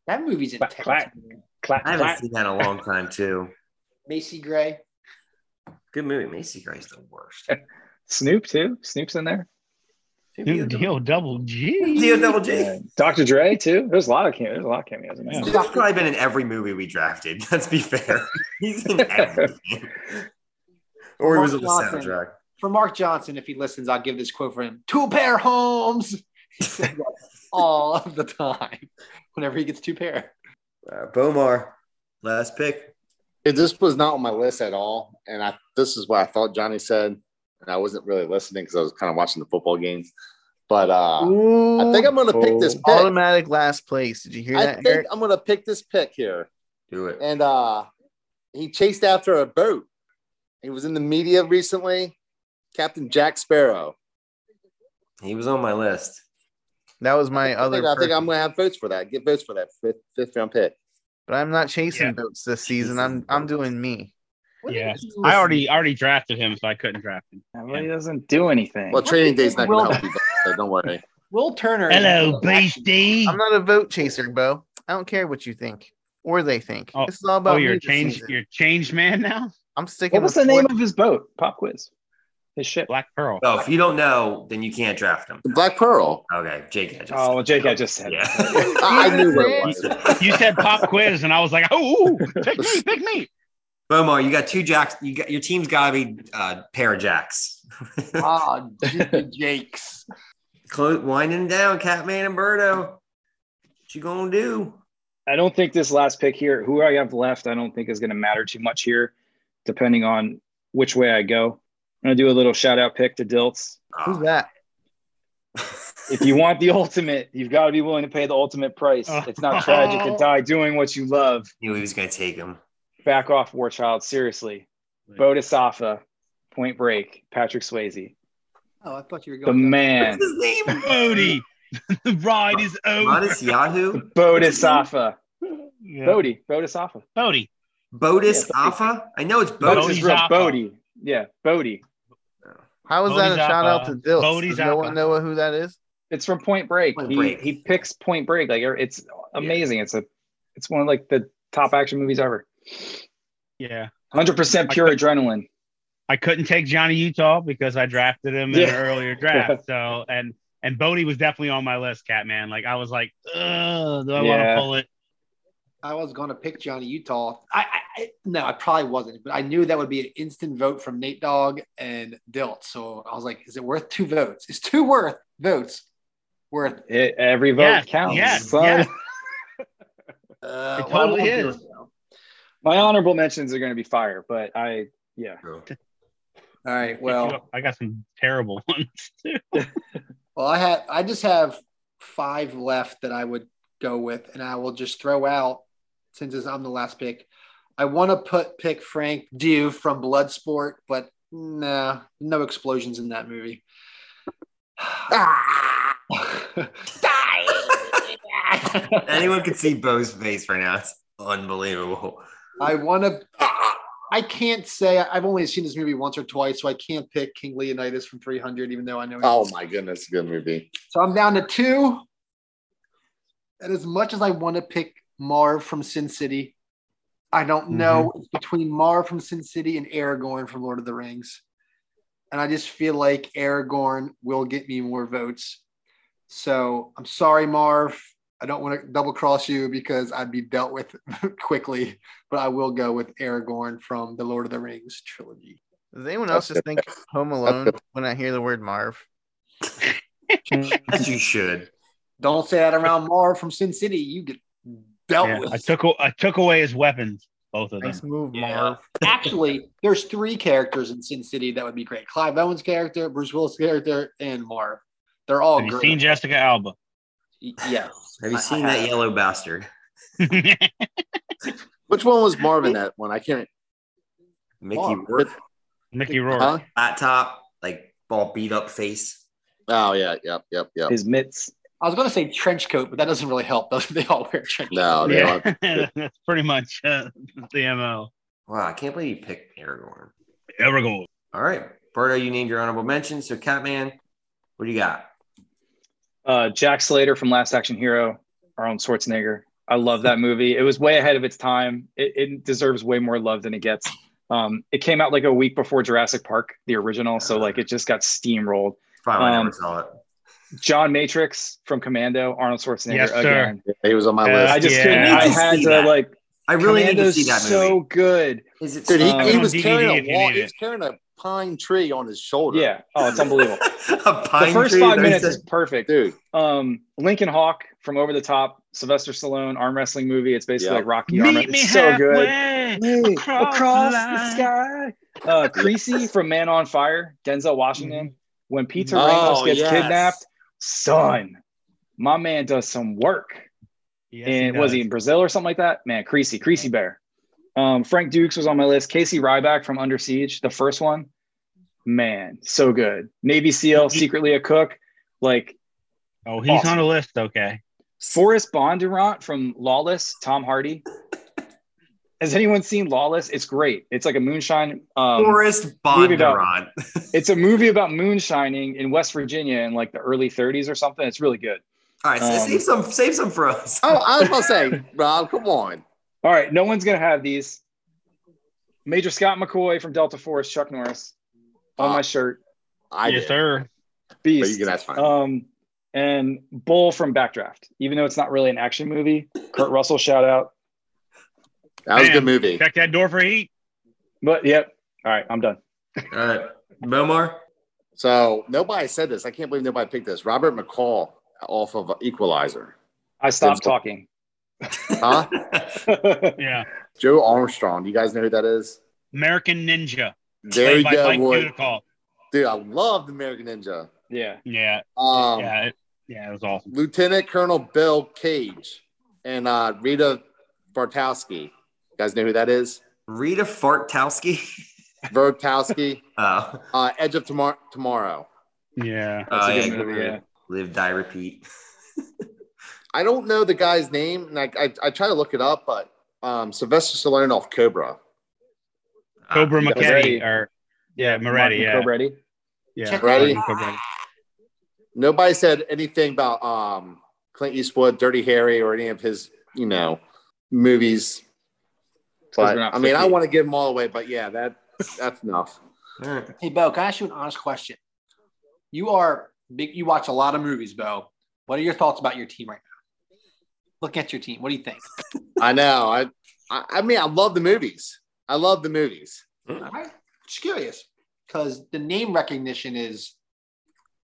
That movie's Clack, intense. clack. man. clap, I haven't clap. seen that in a long time, too. Macy Gray. Good movie. Macy Gray's the worst. Snoop too. Snoop's in there. New deal, double G. Deal double G. Yeah. Dr. Dre too. There's a lot of cameos. There's a lot of cameos in there. He's probably been in every movie we drafted. Let's be fair. He's in everything. or he was in the Mark Johnson. soundtrack. For Mark Johnson, if he listens, I'll give this quote for him. Two pair homes. He says that all of the time. Whenever he gets two pair. Uh, Bomar, last pick. It, this was not on my list at all, and I this is what I thought Johnny said, and I wasn't really listening because I was kind of watching the football games. But uh, I think I'm going to pick this Ooh. pick. automatic last place. Did you hear I that? think Eric? I'm going to pick this pick here. Do it. And uh, he chased after a boat. He was in the media recently. Captain Jack Sparrow. He was on my list. That was my I other. think, I think person. I'm going to have votes for that. Get votes for that fifth, fifth round pick. but I'm not chasing Yeah. boats this season. I'm I'm doing me. Yeah, I already already drafted him, so I couldn't draft him. Well, he doesn't do anything. Well, training day's not going Well- to help you, so don't worry. Will Turner. is- Hello, beastie. I'm not a vote chaser, Bo. I don't care what you think or they think. Oh- this is all about Oh, me you're a this change. season. You're a change man now. I'm sticking. what was the with name fourth- of his boat? Pop quiz. His ship. Black Pearl. Oh, if you don't know, then you can't draft him. The Black Pearl. Okay, Jake. I just Oh, well, Jake, I just said. Yeah. I, I knew what it was. You said pop quiz, and I was like, oh, ooh, pick me, pick me. Bomar, you got two jacks. You got your team's got to be uh, pair of jacks. Ah, J- Jakes. Close, winding down, Catman and Birdo. What you gonna do? I don't think this last pick here, who I have left, I don't think is going to matter too much here, depending on which way I go. I'm going to do a little shout out pick to Dilts. Oh. Who's that? If you want the ultimate, you've got to be willing to pay the ultimate price. It's not tragic to die doing what you love. Knew he was gonna take him. Back off, War Child. Seriously. Bodhisattva, Point Break, Patrick Swayze. Oh, I thought you were The going. down. man, What's his name? Bodie, the ride is over. Modest Yahoo. Bodhisattva. Yeah. Bodhi, Bodhisattva. Bodie. Bodis Yeah, Alpha. I know it's Bodhi's Bodis. Bodhi. his real Bodhisattva. Bodhi. Yeah, Bodhi. How is that a Bodhisattva. shout out to Dilts? Does no Bodhisattva. one know who that is? It's from Point Break. Point he, Break. he picks Point Break. Like er, it's amazing. It's a it's one of like the top action movies ever. Yeah. 100% pure I- adrenaline. I couldn't take Johnny Utah because I drafted him in Yeah. an earlier draft. So and and Bodie was definitely on my list, Catman. Like I was like, Ugh, do I want Yeah. to pull it? I was going to pick Johnny Utah. I, I, I no, I probably wasn't, but I knew that would be an instant vote from Nate Dogg and Dilt. So I was like, is it worth two votes? Is two worth votes worth? It, every vote Yes, counts. yes, son. yes. Uh, It totally well, I won't do is. it now. My honorable mentions are going to be fire, but I yeah. All right. Well, I got some terrible ones too. Well, I had I just have five left that I would go with, and I will just throw out since it's- I'm the last pick. I want to put pick Frank Dew from Bloodsport, but nah, no explosions in that movie. Anyone can see Bo's face right now. It's unbelievable. I want to. I can't say I've only seen this movie once or twice, so I can't pick King Leonidas from 300, even though I know. Oh my goodness, good movie. So I'm down to two. And as much as I want to pick Marv from Sin City, I don't Mm-hmm. know It's between Marv from Sin City and Aragorn from Lord of the Rings. And I just feel like Aragorn will get me more votes. So I'm sorry, Marv. I don't want to double cross you because I'd be dealt with quickly, but I will go with Aragorn from the Lord of the Rings trilogy. Does anyone else just think Home Alone when I hear the word Marv? As you should. Don't say that around Marv from Sin City. You get dealt Yeah, with. I took a- I took away his weapons, both of them. Nice move, Yeah. Marv. actually, there's three characters in Sin City that would be great: Clive Owen's character, Bruce Willis' character, and Marv. They're all Have you Oh, great. seen Jessica Alba? Y- yeah, Have I- you seen I that yellow bastard? Which one was Marvin that one? I can't Mickey Marv. Rourke, Mickey Rourke. huh? flat top, like all beat up face. Oh yeah, yep, yep, yep. His mitts. I was going to say trench coat, but that doesn't really help. does it? They all wear trench. No, Oh, they yeah, are- that's pretty much uh, the mo. Wow, I can't believe you picked Aragorn. Evergold. All right. Berto, you named your honorable mention. So Catman, what do you got? Uh, Jack Slater from Last Action Hero, Arnold Schwarzenegger. I love that movie. It was way ahead of its time. It, it deserves way more love than it gets. Um, it came out like a week before Jurassic Park, the original, so like it just got steamrolled. Probably I Um, never saw it. John Matrix from Commando, Arnold Schwarzenegger Yes, sir. again. he was on my Yeah, list. I just Yeah. couldn't. I need I to had see to that. like. I really need to Commando's see that so movie. good. Is it Dude, he, Um, he on was DVD carrying if a you wall. need He it. was carrying a pine tree on his shoulder. Yeah. Oh, it's unbelievable. a the pine first tree five that minutes said- is perfect. dude. Um, Lincoln Hawk from Over the Top, Sylvester Stallone arm wrestling movie. It's basically Yeah. like Rocky arm Meet wrestling. me It's so good. halfway Me, across, sky. Uh, Creasy from Man on Fire, Denzel Washington. When Peter Mm-hmm. Oh, Ramos gets yes. kidnapped, son, my man does some work. Yes, And was he in Brazil or something like that? Man, Creasy, Creasy Bear. Um, Frank Dukes was on my list. Casey Ryback from Under Siege, the first one. Man, so good. Navy SEAL, secretly a cook. Like Oh, he's Awesome. on a list. Okay. Forrest Bondurant from Lawless, Tom Hardy. Has anyone seen Lawless? It's great. It's like a moonshine. Um, Forrest movie about- Bondurant. it's a movie about moonshining in West Virginia in like the early 30s or something. It's really good. All right, so Um, save some, save some for us. Oh, I was gonna say, Rob, come on. All right, no one's gonna have these. Major Scott McCoy from Delta Force, Chuck Norris on my shirt. I yes, did. sir. Ah, But Beast. you can ask fine. Um, and Bull from Backdraft, even though it's not really an action movie. Kurt Russell shout out. that was a man. good movie. Check that door for heat. But yep. All right, I'm done. All right, Bomar. So nobody said this. I can't believe nobody picked this. Robert McCall off of Equalizer. I stopped Good. talking. Huh? Yeah. Joe Armstrong. You guys know who that is? American Ninja. There you played by go, Mike boy. Dudikoff. Dude, I loved American Ninja. yeah. Yeah. Um, yeah. It, yeah. It was awesome. Lieutenant Colonel Bill Cage and uh, Rita Bartowski. You guys know who that is? Rita Fartowski. Vertowski, Oh, uh, Edge of Tomorrow. Tomorrow. Yeah. That's Oh, a yeah, good good movie. movie. Yeah. live, die, repeat. I don't know the guy's name, and I, I, I try to look it up, but um, Sylvester Stallone off Cobra. Ah, Cobra that was McKetty ready. or yeah, Moretti. Martin Yeah. Cobretti. Yeah. Check- Ready? Martin Cobretti. Nobody said anything about um, Clint Eastwood, Dirty Harry, or any of his, you know, movies. we're But not I mean, I 50. want to give them all away, but yeah, that that's enough. All right. Hey, Bo, can I ask you an honest question? You are big. You watch a lot of movies, Bo. What are your thoughts about your team right Look at your team. What do you think? I know. I, I I mean, I love the movies. I love the movies. All right. Just curious because the name recognition is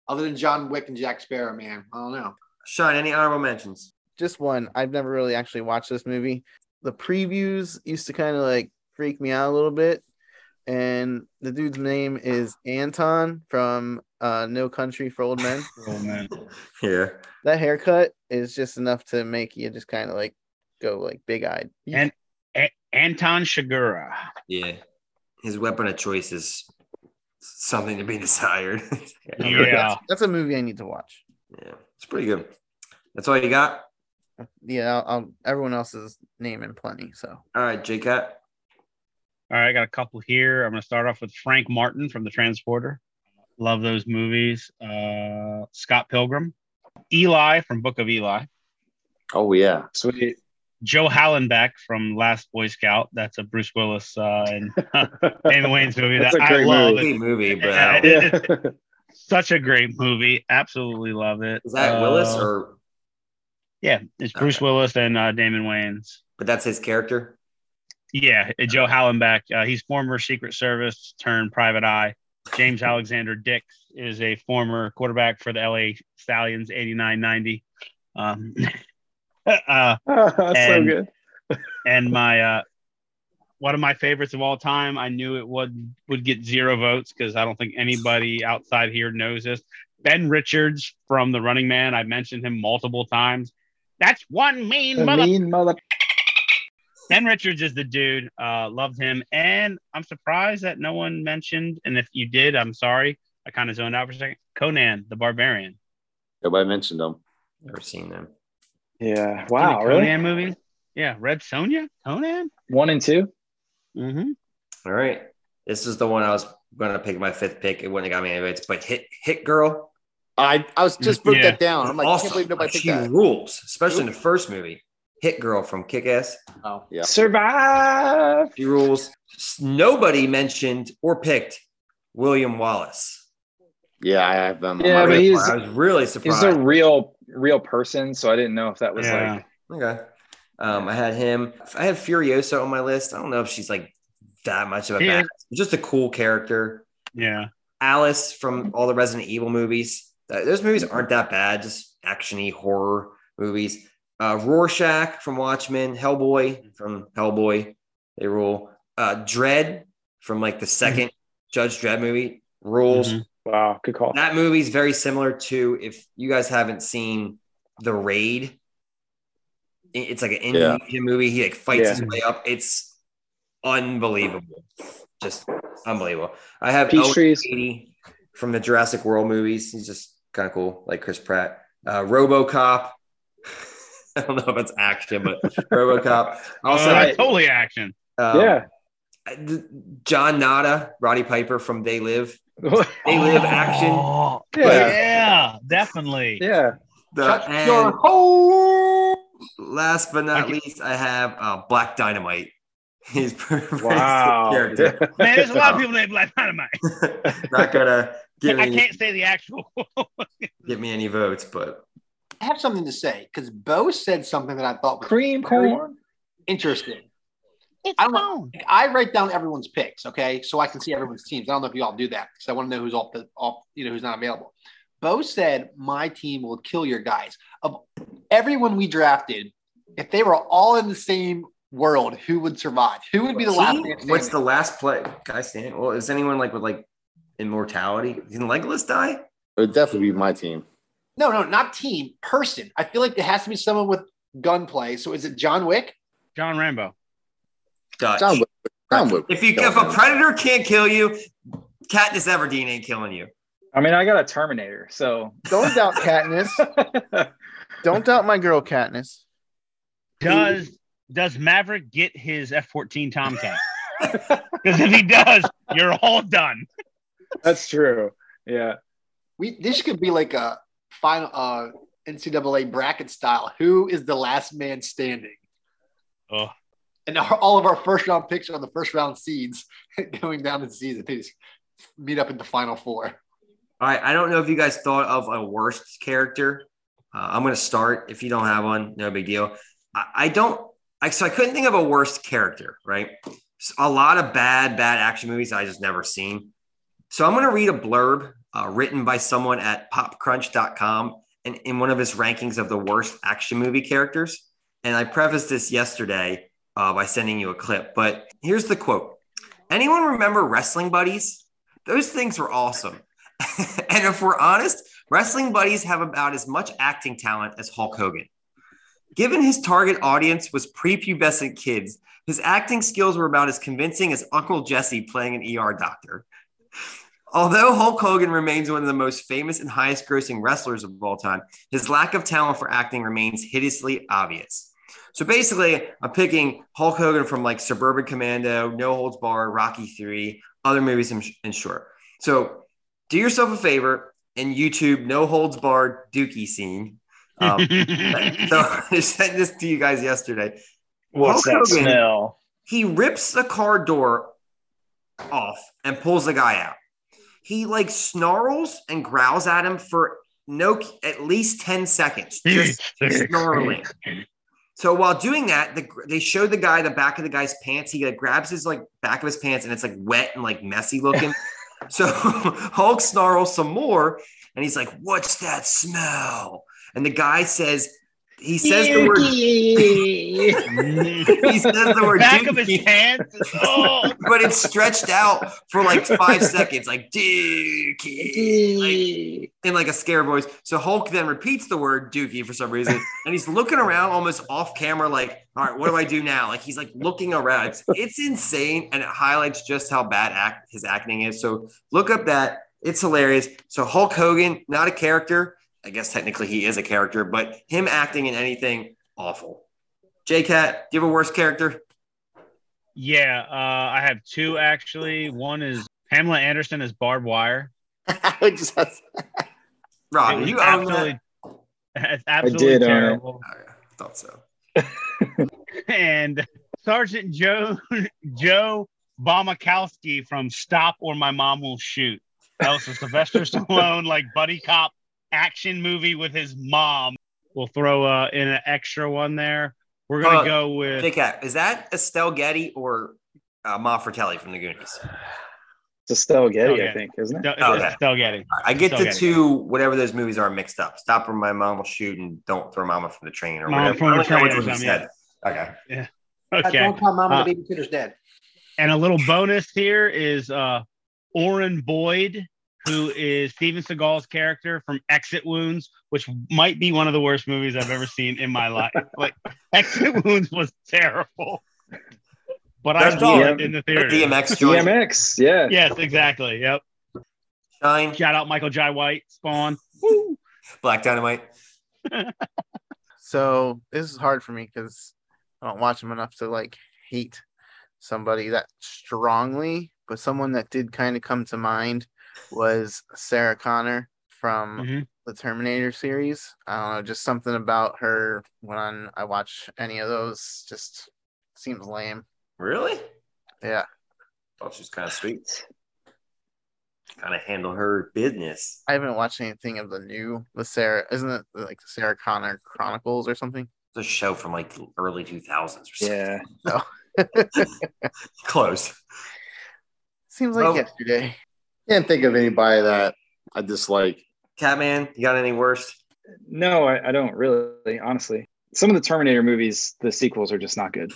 other than John Wick and Jack Sparrow, man. I don't know. Sean, any honorable mentions? just one. I've never really actually watched this movie. The previews used to kind of like freak me out a little bit. And the dude's name is Anton from uh, No Country for Old Men. Oh, man. Yeah. that haircut is just enough to make you just kind of like go like big eyed. And- A- Anton Shigura. Yeah. His weapon of choice is something to be desired. Yeah. That's a movie I need to watch. Yeah. It's pretty good. That's all you got? Yeah, I'll, I'll, everyone else is naming plenty. So All right, J Cat. All right, I got a couple here. I'm going to start off with Frank Martin from The Transporter. Love those movies. Uh, Scott Pilgrim, Eli from Book of Eli, Oh yeah. Sweet. Joe Hallenbeck from Last Boy Scout. That's a Bruce Willis uh, and Damon Wayans movie That's that a I great love. Great movie, but I don't- yeah. It's Such a great movie. Absolutely love it. is that Willis Uh, or Yeah, it's Bruce Okay. Willis and uh, Damon Wayans. but that's his character? Yeah, uh, Joe Hallenbeck. Uh, he's former Secret Service turned private eye. James Alexander Dix is a former quarterback for the LA Stallions, 89 90. Um, uh, That's so And- good. and my, uh, one of my favorites of all time, I knew it would, would get zero votes because I don't think anybody outside here knows this. Ben Richards from The Running Man. I mentioned him multiple times. That's one mean The mother. mean mother. Ben Richards is the dude. Uh, loved him, and I'm surprised that no one mentioned. And if you did, I'm sorry. I kind of zoned out for a second. Conan the Barbarian. Nobody mentioned them. Never seen him. Yeah. Any Wow. Conan Really? movies. Yeah, Red Sonja, Conan. One and two. Mm-hmm. All right. This is the one I was gonna pick my fifth pick. It wouldn't have got me anyways, but Hit Hit Girl. I I was just putting Yeah. that down. Oh, I'm like, I can't Awesome. believe nobody Like, picked she that. rules, especially in the first movie. Hit Girl from Kick Ass. Oh, Yeah. Survive. She rules. S- Nobody mentioned or picked William Wallace. Yeah, I have them. on Yeah, my but radar. he's- I was really He's surprised. a real, real person, so I didn't know if that was Yeah. like. okay. Um, I had him. I had Furiosa on my list. I don't know if she's like that much of a Yeah. bad. Just a cool character. Yeah. Alice from all the Resident Evil movies. Th- Those movies aren't that bad. Just actiony horror movies. Uh, Rorschach from Watchmen. Hellboy from Hellboy. They rule. Uh, Dread from like the 2nd Judge Dread movie rules. Mhm. Wow. Good call. That movie's very similar to if you guys haven't seen The Raid. i- It's like an Indonesian movie. He like fights his Yeah. way up. It's unbelievable, just unbelievable. I have Owen Peachtree's. Beatty from the Jurassic World movies. He's just kind of cool, like Chris Pratt. Uh, RoboCop. I don't know if it's action, but RoboCop. Also, oh, I- that's totally action. um, Yeah. I- th- John Nada, Roddy Piper from They Live. They Live action. Oh, yeah. Yeah. definitely. Yeah. The- Shut and- your hole. last but not Okay. least, I have uh, Black Dynamite. He's pretty pretty sick Wow. character. Man, there's a lot of people named Black Dynamite. not gonna give I me can't say the actual. give me any votes, but I have something to say because Bo said something that I thought was Cream corn. interesting. it's I'm- I write down everyone's picks, okay, so I can see everyone's teams. I don't know if you all do that because I want to know who's off the off, you know, who's not available. Bo said my team will kill your guys. Of everyone we drafted, if they were all in the same world, who would survive? Who would be the last? man standing? what's the last play? Guy standing. Well, is anyone like with like immortality? Can Legolas die? It would definitely be my team. no, no, not team, person. I feel like there has to be someone with gunplay. So is it John Wick? John Rambo. Dutch. John Wick. John Wick. if you if a predator can't kill you, Katniss Everdeen ain't killing you. I mean, I got a Terminator, so. don't doubt Katniss. don't doubt my girl Katniss. Does does Maverick get his F-14 Tomcat? Because if he does, you're all done. That's true. Yeah. We this could be like a final uh, NCAA bracket style. Who is the last man standing? Oh. and our, all of our first round picks are on the first round seeds going down the season. They just meet up in the final four. All right, I don't know if you guys thought of a worst character Uh, I'm going to start. If you don't have one, no big deal. I, I don't. I, so I couldn't think of a worst character. Right. S- A lot of bad, bad action movies I just never seen. So I'm going to read a blurb uh, written by someone at PopCrunch.com and in one of his rankings of the worst action movie characters. And I prefaced this yesterday uh, by sending you a clip. But here's the quote: Anyone remember Wrestling Buddies? Those things were awesome. and if we're honest, wrestling buddies have about as much acting talent as Hulk Hogan. Given his target audience was prepubescent kids, his acting skills were about as convincing as Uncle Jesse playing an ER doctor. Although Hulk Hogan remains one of the most famous and highest grossing wrestlers of all time, his lack of talent for acting remains hideously obvious. So basically, I'm picking Hulk Hogan from like Suburban Commando, No Holds Bar, Rocky 3, other movies in, in short. So do yourself a favor and YouTube No Holds Barred Dookie scene. Um, so I sent this to you guys yesterday. What's Hulk that Hogan- smell? He rips the car door off and pulls the guy out. He like snarls and growls at him for no at least 10 seconds. Just snarling. So while doing that, the, they show the guy the back of the guy's pants. He like, grabs his like back of his pants, and it's like wet and like messy looking. so Hulk snarls some more, and he's like, "What's that smell?" And the guy says, "He says the word." He says the word. Back of his dookie, pants. Oh, but it's stretched out for like five seconds, like dookie, like, in like a scare voice. So Hulk then repeats the word dookie for some reason, and he's looking around almost off camera, like, all right, what do I do now? Like he's like looking around. It's, it's insane, and it highlights just how bad act his acting is. So look up that. It's hilarious. So Hulk Hogan, not a character. I guess technically he is a character, but him acting in anything awful. J Cat, do you have a worse character? yeah. Uh, I have two actually. One is Pamela Anderson as barbed wire. I just have It Rob, Ah, was you own that? absolutely, it's absolutely did own it. terrible. All right, I thought so. And Sergeant Joe Joe Bomakowski from Stop or My Mom Will Shoot. That was a Sylvester Stallone like buddy cop action movie with his mom. We'll throw uh, in an extra one there. We're gonna Uh, go with Big Cat, is that Estelle Getty or uh, Ma Fratelli from the Goonies? It's Estelle Getty, Okay. I think, isn't it? Del- Oh, it's yeah. Del Getty. I get Estelle the Getty. two, whatever those movies are, mixed up. Stop where my mom will shoot and don't throw mama from the train or Mama whatever. from I the don't know Train which or one you something, said. Okay. Okay. Don't tell mom Uh, the baby shooter's dead. And a little bonus here is uh Oren Boyd, who is Steven Seagal's character from Exit Wounds, which might be one of the worst movies I've ever seen in my life. Like Exit Wounds was terrible. But I That's saw the- it in the The theater. DMX joint. DMX, yeah. Yes, exactly. Yep. Shine, Shout out Michael Jai White, Spawn. Black Dynamite. So this is hard for me because I don't watch them enough to like hate somebody that strongly. But someone that did kind of come to mind was Sarah Connor from Mhm. the Terminator series. I don't know, just something about her when I watch any of those just seems lame. Really? Yeah. Thought she's kind of sweet. Kind of handle her business. I haven't watched anything of the new the Sarah isn't it like the Sarah Connor Chronicles or something? It's a show from like the early 2000s or something. Yeah. Close. Seems like Oh. yesterday. can't think of anybody that I dislike. Catman, you got any worst? No, I, I don't really, honestly. Some of the Terminator movies, the sequels are just not good.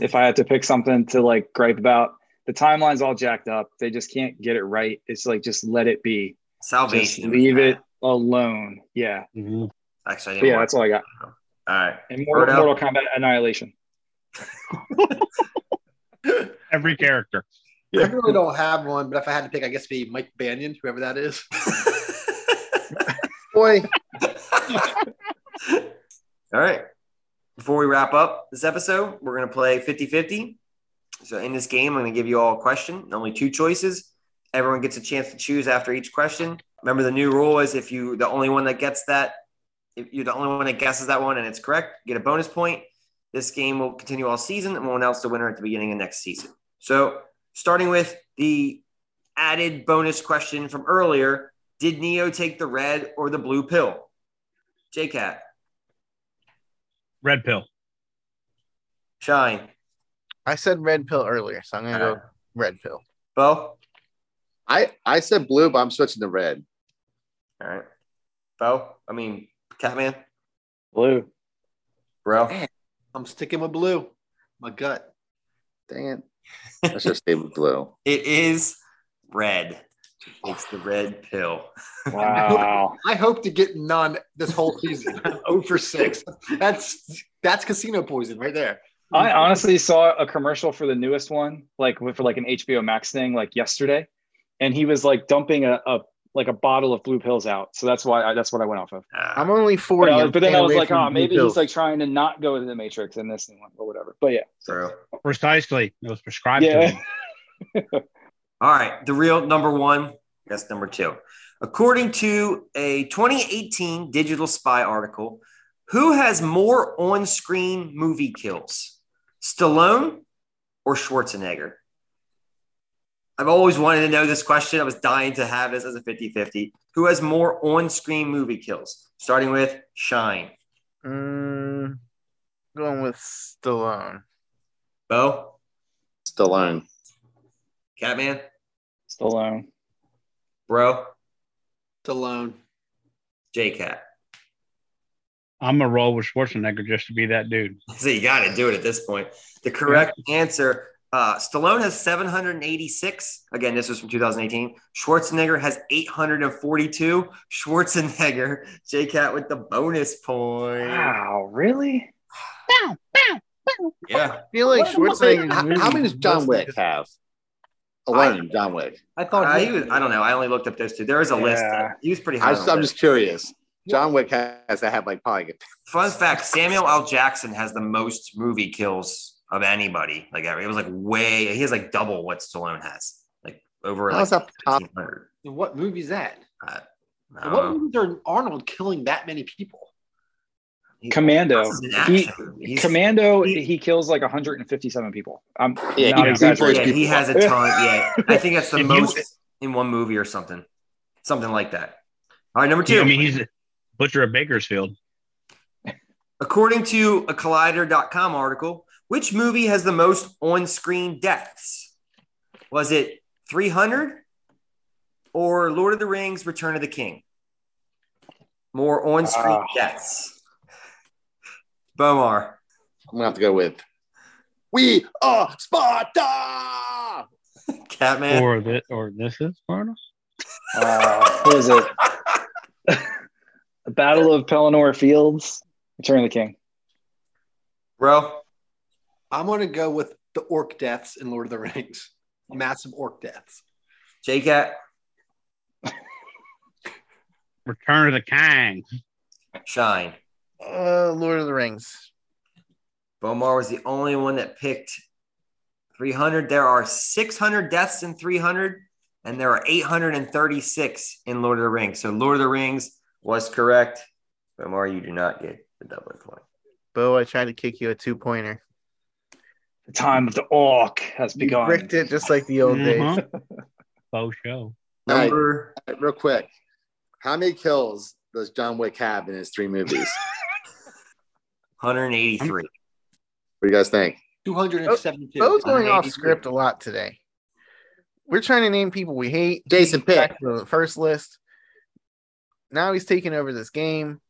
if I had to pick something to like gripe about, the timeline's all jacked up. They just can't get it right. It's like just let it be. Just Salvation. was leave bad. it alone. Yeah. Mm-hmm. Actually, I But didn't yeah, watch that's all I got. it. All right. And Mortal, Birdo? Mortal Kombat Annihilation. Every character. I really don't have one, but if I had to pick, I guess it'd be Mike Banyan, whoever that is. Boy, All right. Before we wrap up this episode, we're going to play 50 50. So, in this game, I'm going to give you all a question, only two choices. Everyone gets a chance to choose after each question. Remember, the new rule is if you the only one that gets that, if you're the only one that guesses that one and it's correct, you get a bonus point. This game will continue all season and we'll announce the winner at the beginning of next season. So, starting with the added bonus question from earlier Did Neo take the red or the blue pill? JCat, Red pill. Shine, I said red pill earlier, so I'm gonna go red pill. Bo. I I said blue, but I'm switching to red. All right. Bo, I mean, Catman, Blue. bro. I'm sticking with blue. My gut. Dang it. Let's just stay with blue. It is red. It's the red pill. Wow. I hope to get none this whole season. Oh for six. That's that's casino poison right there. I honestly saw a commercial for the newest one, like with- for like an HBO Max thing, like yesterday, and he was like dumping a, a like a bottle of blue pills out. So that's why I, that's what I went off of. Uh, I'm only But, forty. I was- I'm but then staying I was away like, from oh, blue maybe pills." he's like trying to not go to the Matrix in this and one or whatever. But yeah, bro. Precisely. It was prescribed to yeah. him. All right, the real number one. That's number two. According to a 2018 Digital Spy article, who has more on screen movie kills, Stallone or Schwarzenegger? I've always wanted to know this question. I was dying to have this as a 50 50. Who has more on screen movie kills? Starting with Shine. Mm, going with Stallone. Bo, Stallone. Catman, Stallone. Bro, Stallone. J Cat. I'm gonna roll with Schwarzenegger just to be that dude. So you got to do it at this point. The correct answer: uh, Stallone has 786. Again, this was from 2018. Schwarzenegger has 842. Schwarzenegger, J Cat with the bonus point. Wow, really? Yeah, I feel like Schwarzenegger. How, how many does John Wick have? Alone, John Wick. I thought Uh, he he was, I don't know. I only looked up those two. There is a list. Yeah. He was pretty high. I on just, the I'm list. just curious. John Wick has to have like probably Fun fact: Samuel L. Jackson has the most movie kills of anybody. Like ever. it was like way. He has like double what Stallone has. Like over How's like that possible? 1,500. And what movie's that? I And don't What Oh. know. movies are Arnold killing that many people? He- Commando. This is an He, action movie. He's- Commando. he- He, kills like 157 people. I'm Yeah, not he- exaggerating. Yeah, he has a ton. Yeah, I think that's the If you- most in one movie or something, something like that. All right, number two. I mean, he's a butcher of Bakersfield. According to a Collider.com article, which movie has the most on-screen deaths? Was it 300 or Lord of the Rings: Return of the King? More on-screen Ah. deaths. Bomar, I'm gonna have to go with We are Sparta. Catman, Or this or this is Sparta? Uh, what is it? the Battle of Pelennor Fields. Return of the King. bro, I'm gonna go with the orc deaths in Lord of the Rings. Massive orc deaths. J-Cat, Return of the Kang. Shine. Uh, Lord of the Rings. Bomar was the only one that picked 300. There are 600 deaths in 300, and there are 836 in Lord of the Rings. So Lord of the Rings was correct. Bomar, you do not get the doubling point. Bo, I tried to kick you a two pointer. The time of the orc has You begun. bricked it just like the old days. Mhm. Faux show. Number All right, real quick, how many kills does John Wick have in his three movies? 183. what do you guys think? 272. Bo's going off 182. script a lot today. We're trying to name people we hate. Jason Pitt, Back to the first list. Now he's taking over this game.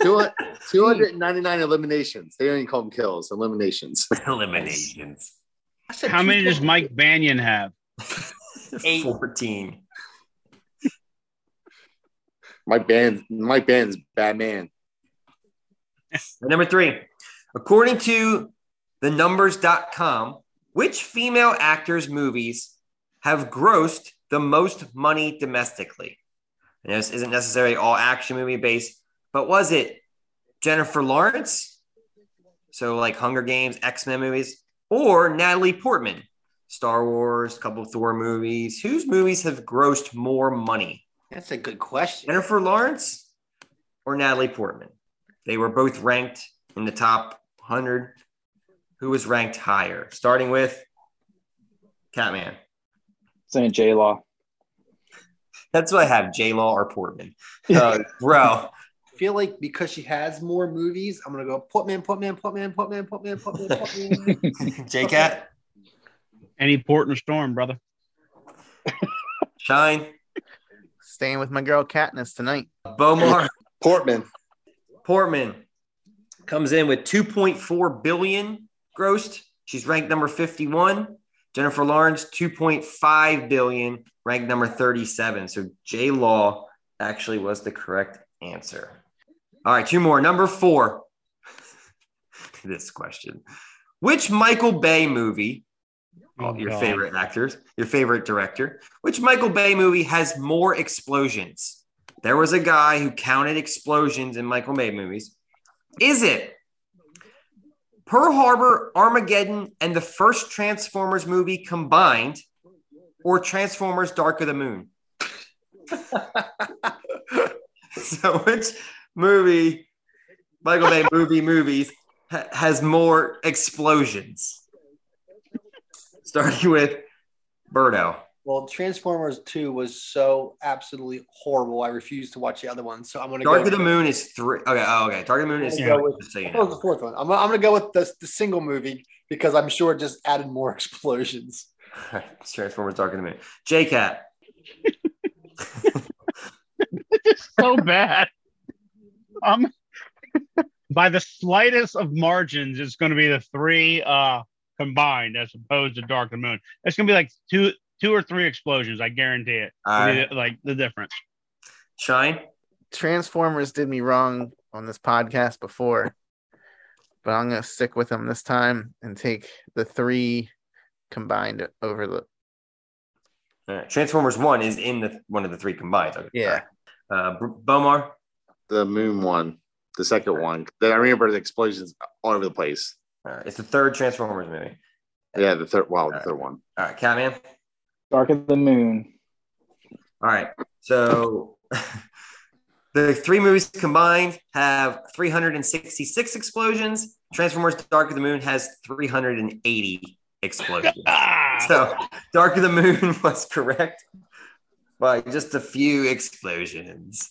two hun- 299 eliminations. They don't even call them kills, eliminations. Eliminations. I said How many does 272. Mike Banyan have? 14. My band, my band's Batman. And number three, according to the numbers.com, which female actors' movies have grossed the most money domestically? And this isn't necessarily all action movie based, but was it Jennifer Lawrence? So, like Hunger Games, X Men movies, or Natalie Portman, Star Wars, couple Thor movies. Whose movies have grossed more money? That's a good question. Jennifer Lawrence or Natalie Portman? They were both ranked in the top 100. Who was ranked higher? Starting with Catman. Saying J Law. That's what I have J Law or Portman. Uh, bro, feel like because she has more movies, I'm gonna go Portman, Portman, Portman, Portman, Portman, Portman, Portman. J Cat, Any port in a storm, brother. Shine, Staying with my girl Katniss tonight. Bomar, Portman. Portman comes in with 2.4 billion grossed. She's ranked number 51. Jennifer Lawrence, 2.5 billion, ranked number 37. So J Law actually was the correct answer. All right, two more. Number four. this question. Which Michael Bay movie, all your Oh, God. favorite actors, your favorite director, which Michael Bay movie has more explosions? There was a guy who counted explosions in Michael Bay movies. Is it Pearl Harbor, Armageddon, and the first Transformers movie combined, or Transformers Dark of the Moon? so, which movie, Michael Bay movie movies, ha- has more explosions? Starting with Birdo. well, Transformers 2 was so absolutely horrible. I refuse to watch the other one. So I'm gonna Dark go of the Moon is three. Okay, oh, okay. Dark of the Moon is Yeah. three. Just so you What was know. the fourth one? I'm, I'm gonna go with the, the single movie because I'm sure it just added more explosions. Transformers Dark of the Moon. J Cat. It's so bad. Um, by the slightest of margins, it's going to be the three uh combined as opposed to Dark and Moon. It's going to be like two, two or three explosions. I guarantee it. All right. Like the difference. uh, Shine. Transformers did me wrong on this podcast before, but I'm gonna stick with them this time and take the three combined over the All right. Uh, Transformers One is in the one of the three combined. Okay. Yeah. Uh, B- Bomar. The moon one, the second one. Then I remember the explosions all over the place. All right. uh, It's the third Transformers movie. Yeah, the third. Wow, the third one. All right, Catman. Dark of the Moon. All right. So the three movies combined have 366 explosions. Transformers Dark of the Moon has 380 explosions. Ah, so Dark of the Moon was correct by just a few explosions.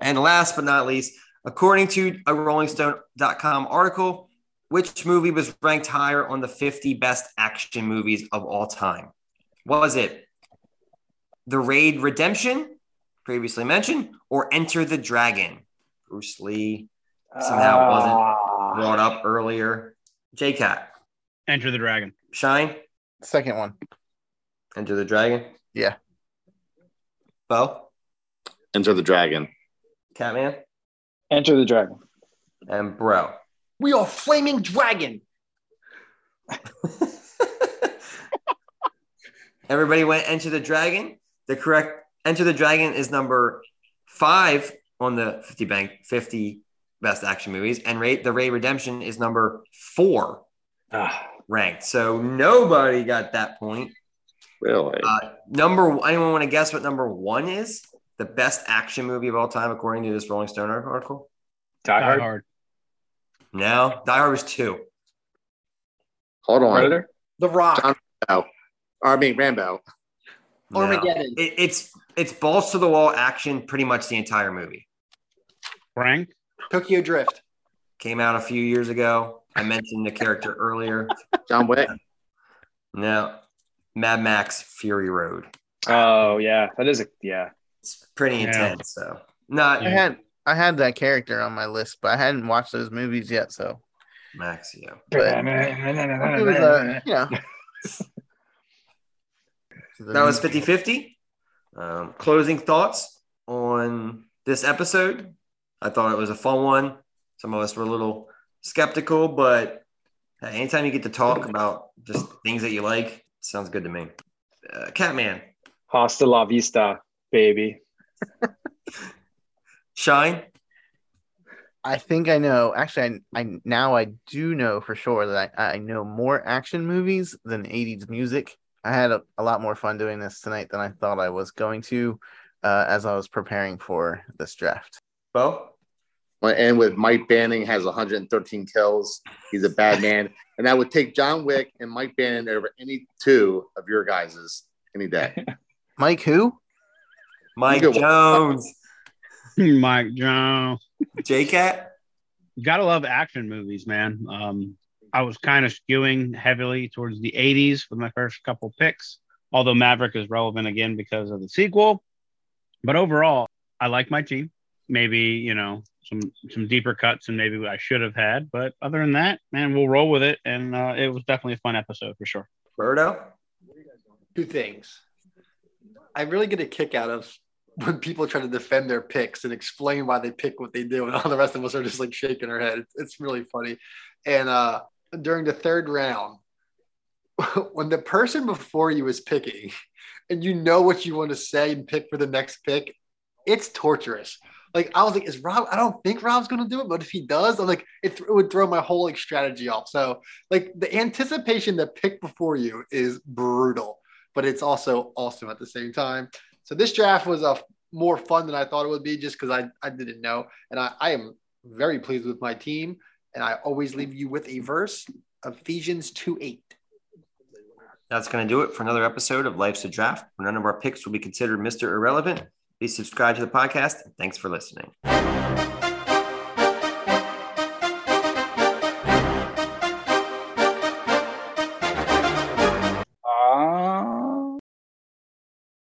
And last but not least, according to a RollingStone.com article, which movie was ranked higher on the 50 best action movies of all time? Was it The Raid Redemption, previously mentioned, or Enter the Dragon? Bruce Lee Somehow it wasn't. Ah. brought up earlier. J-Cat, Enter the Dragon. Shine, second one. Enter the Dragon. Yeah. Bo, Enter the Dragon. Catman, Enter the Dragon. and Bro. We are flaming dragon. Everybody went Enter the Dragon. The correct Enter the Dragon is number five on the 50 bank 50 best action movies, and Ray, the Ray Redemption is number four Ah. ranked. So nobody got that point. Really? Number anyone want to guess what number one is? The best action movie of all time, according to this Rolling Stone article. Die Die Hard. Hard. No, Die Hard was two. Hold on. Predator. The Rock. John- Or, I mean, Rambo. No. Armageddon. It, it's it's balls to the wall action pretty much the entire movie. Frank. Tokyo Drift. Came out a few years ago. I mentioned the character earlier. John Wick. No, Mad Max Fury Road. Oh yeah, that is a yeah. It's pretty Yeah. intense. So not I had I had that character on my list, but I hadn't watched those movies yet, so Max. Yeah. But- it was uh, you know. That was 50 50. Um, closing thoughts on this episode. I thought it was a fun one. Some of us were a little skeptical, but hey, anytime you get to talk about just things that you like, sounds good to me. Uh, Catman, Hasta la vista, baby. Shine, I think I know. Actually, I, I now I do know for sure that I, I know more action movies than 80s music. I had a, a lot more fun doing this tonight than I thought I was going to uh, as I was preparing for this draft. Bo, And with Mike Banning has 113 kills. He's a bad man. And I would take John Wick and Mike Bannon over any two of your guys's any day. Mike, who? Mike Good one. Jones. Mike Jones. JCat. You gotta love action movies, man. Um, I was kind of skewing heavily towards the 80s with my first couple picks, although Maverick is relevant again because of the sequel. But overall, I like my team. Maybe, you know, some some deeper cuts and maybe I should have had. But other than that, man, we'll roll with it. And uh, it was definitely a fun episode for sure. Birdo. two things. I really get a kick out of when people try to defend their picks and explain why they pick what they do, and all the rest of us are just like shaking our head. It's, it's really funny. And uh, during the third round, when the person before you is picking, and you know what you want to say and pick for the next pick, it's torturous. Like I was like, is Rob? I don't think Rob's going to do it, but if he does, I'm like, it, th- it would throw my whole like strategy off. So like the anticipation that pick before you is brutal but it's also awesome at the same time. So this draft was a more fun than I thought it would be just because I, I didn't know. And I, I am very pleased with my team. And I always leave you with a verse, Ephesians 2 8. That's going to do it for another episode of Life's a Draft. where None of our picks will be considered Mr. Irrelevant. Please subscribe to the podcast. And thanks for listening.